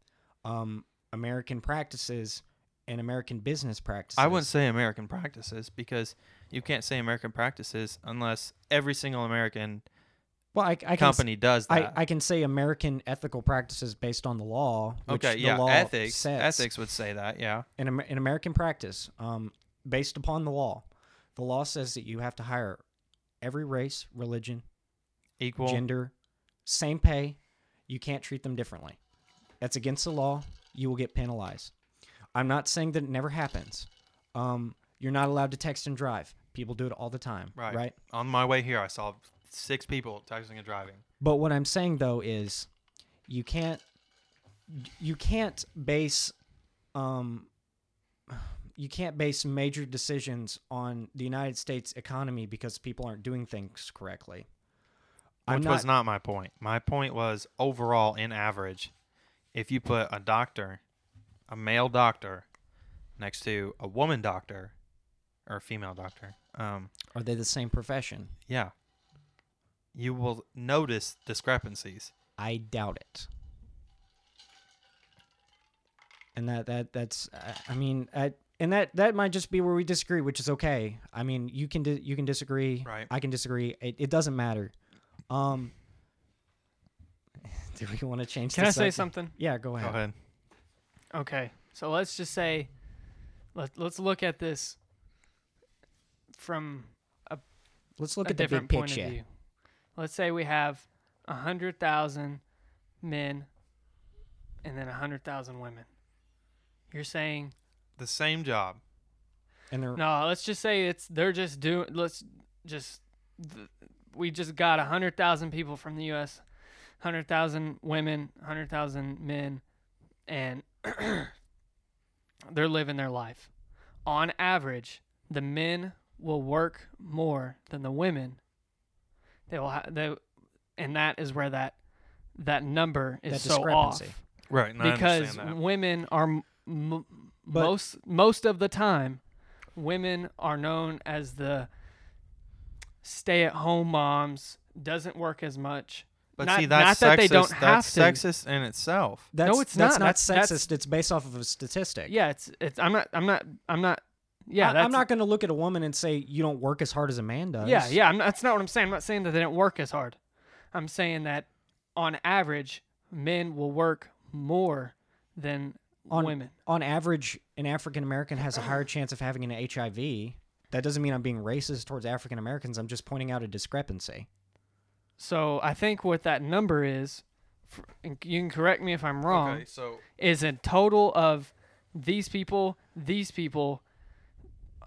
Speaker 3: um, American practices, and American business practices.
Speaker 1: I wouldn't say American practices because you can't say American practices unless every single American
Speaker 3: Well, I, I can s-
Speaker 1: company does
Speaker 3: I,
Speaker 1: that.
Speaker 3: I can say American ethical practices based on the law. Which
Speaker 1: okay,
Speaker 3: the
Speaker 1: yeah,
Speaker 3: law
Speaker 1: ethics.
Speaker 3: sets.
Speaker 1: Ethics would say that, yeah.
Speaker 3: in, Amer- in American practice, um, based upon the law, the law says that you have to hire every race, religion,
Speaker 1: Equal.
Speaker 3: gender, same pay. You can't treat them differently. That's against the law. You will get penalized. I'm not saying that it never happens. Um, you're not allowed to text and drive. People do it all the time,
Speaker 1: Right.
Speaker 3: right?
Speaker 1: On my way here, I saw six people texting and driving.
Speaker 3: But what I'm saying though is, you can't, you can't base, um, you can't base major decisions on the United States economy because people aren't doing things correctly. I'm
Speaker 1: Which was
Speaker 3: not,
Speaker 1: not my point. My point was overall, in average, if you put a doctor, a male doctor, next to a woman doctor, or a female doctor, um,
Speaker 3: Are they the same profession?
Speaker 1: yeah, you will notice discrepancies.
Speaker 3: I doubt it. And that that that's I- I mean I, and that that might just be where we disagree, which is okay. I mean you can di- you can disagree,
Speaker 1: Right.
Speaker 3: I can disagree. It, it doesn't matter. Um, do we want to change?
Speaker 2: Can
Speaker 3: the
Speaker 2: I say
Speaker 3: subject?
Speaker 2: something?
Speaker 3: Yeah, go
Speaker 1: Go
Speaker 3: ahead.
Speaker 1: ahead.
Speaker 2: Okay. So let's just say let let's look at this from
Speaker 3: Let's look
Speaker 2: a
Speaker 3: at the
Speaker 2: different
Speaker 3: big
Speaker 2: point
Speaker 3: picture.
Speaker 2: of view. Let's say we have a hundred thousand men and then a hundred thousand women. You're saying
Speaker 1: The same job.
Speaker 3: And they're
Speaker 2: no. Let's just say it's they're just doing. Let's just th- we just got a hundred thousand people from the U.S., hundred thousand women, hundred thousand men, and they're living their life. On average, the men will work more than the women. They will ha- they, and that is where that that number is
Speaker 3: That
Speaker 2: so off
Speaker 3: discrepancy.
Speaker 1: Right. And I
Speaker 2: because
Speaker 1: understand that.
Speaker 2: women are m- m-
Speaker 3: But-
Speaker 2: most most of the time women are known as the stay-at-home moms doesn't work as much
Speaker 1: But
Speaker 2: not-
Speaker 1: see, that's
Speaker 2: not that
Speaker 1: sexist.
Speaker 2: they don't
Speaker 1: that's
Speaker 2: have to.
Speaker 1: sexist in itself.
Speaker 3: that's,
Speaker 2: it's
Speaker 3: that's
Speaker 2: not.
Speaker 3: not
Speaker 2: That's-
Speaker 3: sexist.
Speaker 2: that's-
Speaker 3: it's based off of a statistic.
Speaker 2: yeah it's it's i'm not i'm not i'm not yeah
Speaker 3: I,
Speaker 2: that's,
Speaker 3: am not going to look at a woman and say you don't work as hard as a man does.
Speaker 2: yeah yeah I'm not, that's not what i'm saying i'm not saying that they don't work as hard i'm saying that on average men will work more than
Speaker 3: On-
Speaker 2: women
Speaker 3: on average, an African American has a higher chance of having an HIV. That doesn't mean I'm being racist towards African Americans. I'm just pointing out a discrepancy.
Speaker 2: so i think what that number is fr- and you can correct me if i'm wrong
Speaker 1: Okay. So
Speaker 2: is a total of these people, these people,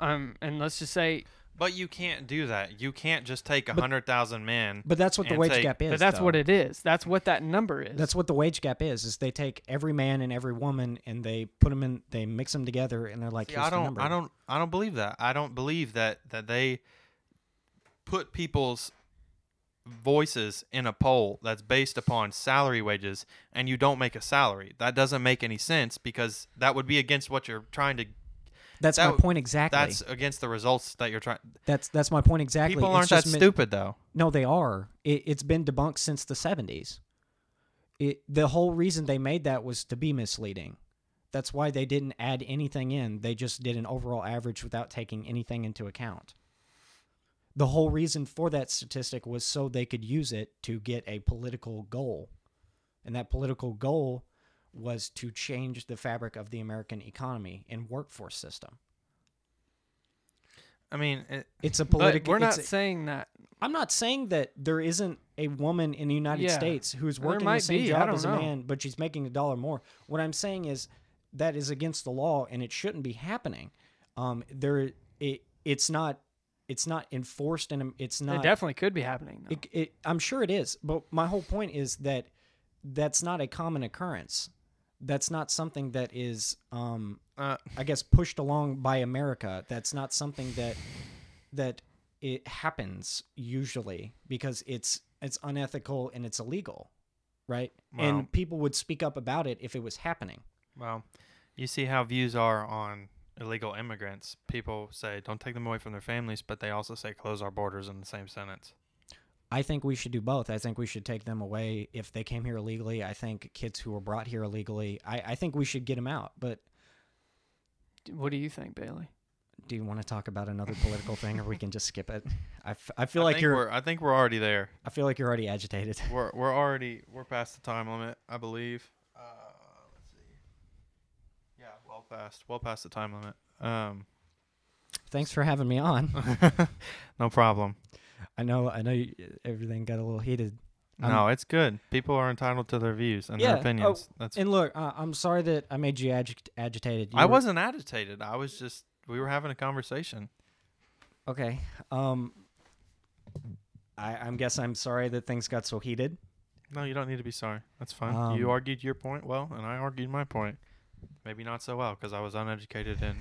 Speaker 2: um, and let's just say,
Speaker 1: But you can't do that. You can't just take a hundred thousand men.
Speaker 3: But that's what the
Speaker 1: And
Speaker 3: wage
Speaker 1: take-
Speaker 3: gap is.
Speaker 2: but that's what
Speaker 3: though.
Speaker 2: it is. That's what that number is.
Speaker 3: That's what the wage gap is. Is they take every man and every woman and they put them in. They mix them together and they're like,
Speaker 1: See,
Speaker 3: Here's
Speaker 1: I
Speaker 3: the
Speaker 1: don't.
Speaker 3: number.
Speaker 1: I don't. I don't believe that. I don't believe that that they put people's voices in a poll that's based upon salary wages, and you don't make a salary. That doesn't make any sense because that would be against what you're trying to.
Speaker 3: That's
Speaker 1: that
Speaker 3: my
Speaker 1: w-
Speaker 3: point exactly.
Speaker 1: That's
Speaker 3: That's
Speaker 1: against the results that you're trying.
Speaker 3: that's that's my point exactly.
Speaker 1: People
Speaker 3: It's
Speaker 1: aren't that
Speaker 3: just mi-
Speaker 1: stupid though.
Speaker 3: No, they are. It, it's been debunked since the 70s. It, the whole reason they made that was to be misleading. That's why they didn't add anything in. They just did an overall average without taking anything into account. The whole reason for that statistic was so they could use it to get a political goal. And that political goal was to change the fabric of the American economy and workforce system.
Speaker 1: I mean, it,
Speaker 3: It's a
Speaker 2: but
Speaker 3: political
Speaker 2: we're not saying that.
Speaker 3: I'm not saying that there isn't a woman in the United
Speaker 2: Yeah.
Speaker 3: States who's
Speaker 2: There
Speaker 3: working the
Speaker 2: might
Speaker 3: same
Speaker 2: be, I
Speaker 3: job
Speaker 2: don't
Speaker 3: as a
Speaker 2: know.
Speaker 3: man, but she's making a dollar more. What I'm saying is that is against the law and it shouldn't be happening. Um, there, it, it's not, it's not enforced and it's
Speaker 2: it
Speaker 3: not.
Speaker 2: definitely could be happening. though.
Speaker 3: It, it, I'm sure it is, but my whole point is that that's not a common occurrence. That's not something that is, um,
Speaker 1: uh,
Speaker 3: I guess, pushed along by America. That's not something that that it happens usually because it's it's unethical and it's illegal, right?
Speaker 1: Well-
Speaker 3: and people would speak up about it if it was happening.
Speaker 1: Well, you see how views are on illegal immigrants. People say don't take them away from their families, but they also say close our borders in the same sentence.
Speaker 3: I think we should do both. I think we should take them away if they came here illegally. I think kids who were brought here illegally. I, I think we should get them out. But
Speaker 2: what do you think, Bailey?
Speaker 3: do you want to talk about another political thing, or we can just skip it? I, f- I feel
Speaker 1: I
Speaker 3: like
Speaker 1: think
Speaker 3: you're
Speaker 1: We're, I think we're already there.
Speaker 3: I feel like you're already agitated.
Speaker 1: We're we're already we're past the time limit, I believe. Uh, let's see. Yeah, well past well past the time limit. Um,
Speaker 3: Thanks for having me on.
Speaker 1: no problem.
Speaker 3: I know I know you, everything got a little heated. I'm-
Speaker 1: no, it's good. People are entitled to their views and
Speaker 3: Yeah,
Speaker 1: their
Speaker 3: oh,
Speaker 1: opinions. That's
Speaker 3: And look, uh, I'm sorry that I made you agit- agitated. You
Speaker 1: I
Speaker 3: were-
Speaker 1: wasn't agitated. I was just we were having a conversation.
Speaker 3: okay. Um, I, I'm guess I'm sorry that things got so heated.
Speaker 1: No, you don't need to be sorry. That's fine.
Speaker 3: Um,
Speaker 1: you argued your point well, and I argued my point. Maybe not so well because I was uneducated.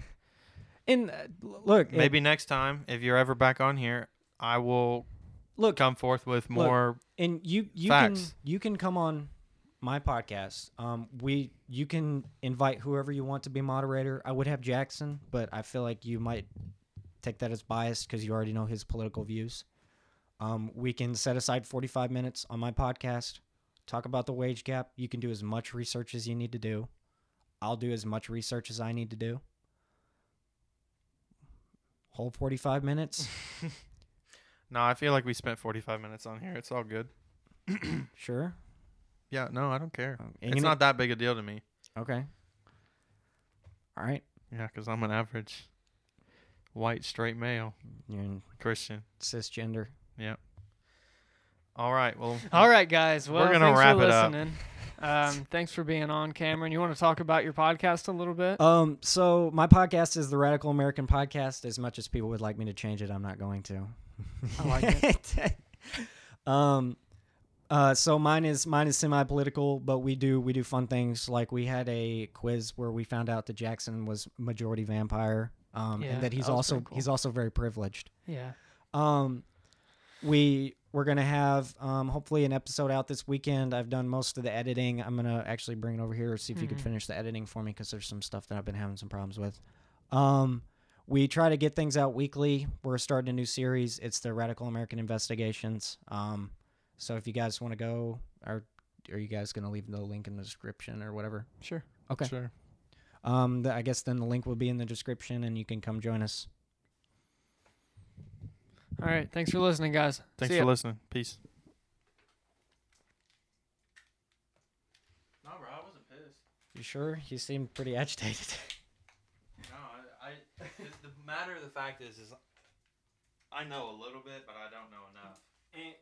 Speaker 1: And
Speaker 3: And uh, l- look, it-
Speaker 1: maybe next time, if you're ever back on here, I will
Speaker 3: Look,
Speaker 1: come forth with more.
Speaker 3: and you you
Speaker 1: Facts.
Speaker 3: can you can come on my podcast. Um, we you can invite whoever you want to be moderator. I would have Jackson, but I feel like you might take that as biased because you already know his political views. Um, we can set aside 45 minutes on my podcast, talk about the wage gap. You can do as much research as you need to do. I'll do as much research as I need to do. Whole 45 minutes.
Speaker 1: no, I feel like we spent 45 minutes on here. It's all good.
Speaker 3: Sure.
Speaker 1: Yeah, no, I don't care.
Speaker 3: Um, and
Speaker 1: It's
Speaker 3: you know-
Speaker 1: not that big a deal to me.
Speaker 3: Okay. All right.
Speaker 1: Yeah, because I'm an average white straight male
Speaker 3: You're in
Speaker 1: Christian.
Speaker 3: cisgender.
Speaker 1: All right. Well,
Speaker 2: All right, guys.
Speaker 1: We're
Speaker 2: Well,
Speaker 1: gonna
Speaker 2: thanks
Speaker 1: wrap
Speaker 2: for
Speaker 1: it up.
Speaker 2: listening. Um, thanks for being on, Cameron. You want to talk about your podcast a little bit?
Speaker 3: Um, so my podcast is the Radical American Podcast. As much as people would like me to change it, I'm not going to.
Speaker 2: I like
Speaker 3: it. um, uh, so mine is mine is semi-political, but we do we do fun things. Like we had a quiz where we found out that Jackson was majority vampire, um,
Speaker 2: Yeah,
Speaker 3: and that he's
Speaker 2: that was
Speaker 3: also
Speaker 2: pretty cool.
Speaker 3: he's also very privileged.
Speaker 2: Yeah.
Speaker 3: Um, we we're gonna have um, hopefully an episode out this weekend. I've done most of the editing. I'm gonna actually bring it over here see if you could
Speaker 2: Mhm.
Speaker 3: finish the editing for me because there's some stuff that I've been having some problems with. Um, we try to get things out weekly. We're starting a new series. It's the Radical American Investigations. Um, so if you guys want to go, are are you guys gonna leave the link in the description or whatever?
Speaker 2: Sure.
Speaker 3: Okay.
Speaker 1: sure.
Speaker 3: Um, the, I guess then the link will be in the description and you can come join us.
Speaker 2: All right. Thanks for listening, guys.
Speaker 1: Thanks
Speaker 2: See
Speaker 1: for
Speaker 2: ya.
Speaker 1: listening. Peace. No, bro, I wasn't pissed.
Speaker 3: You sure? You seem pretty agitated.
Speaker 1: No, I, I the matter of the fact is, is I know a little bit, but I don't know enough.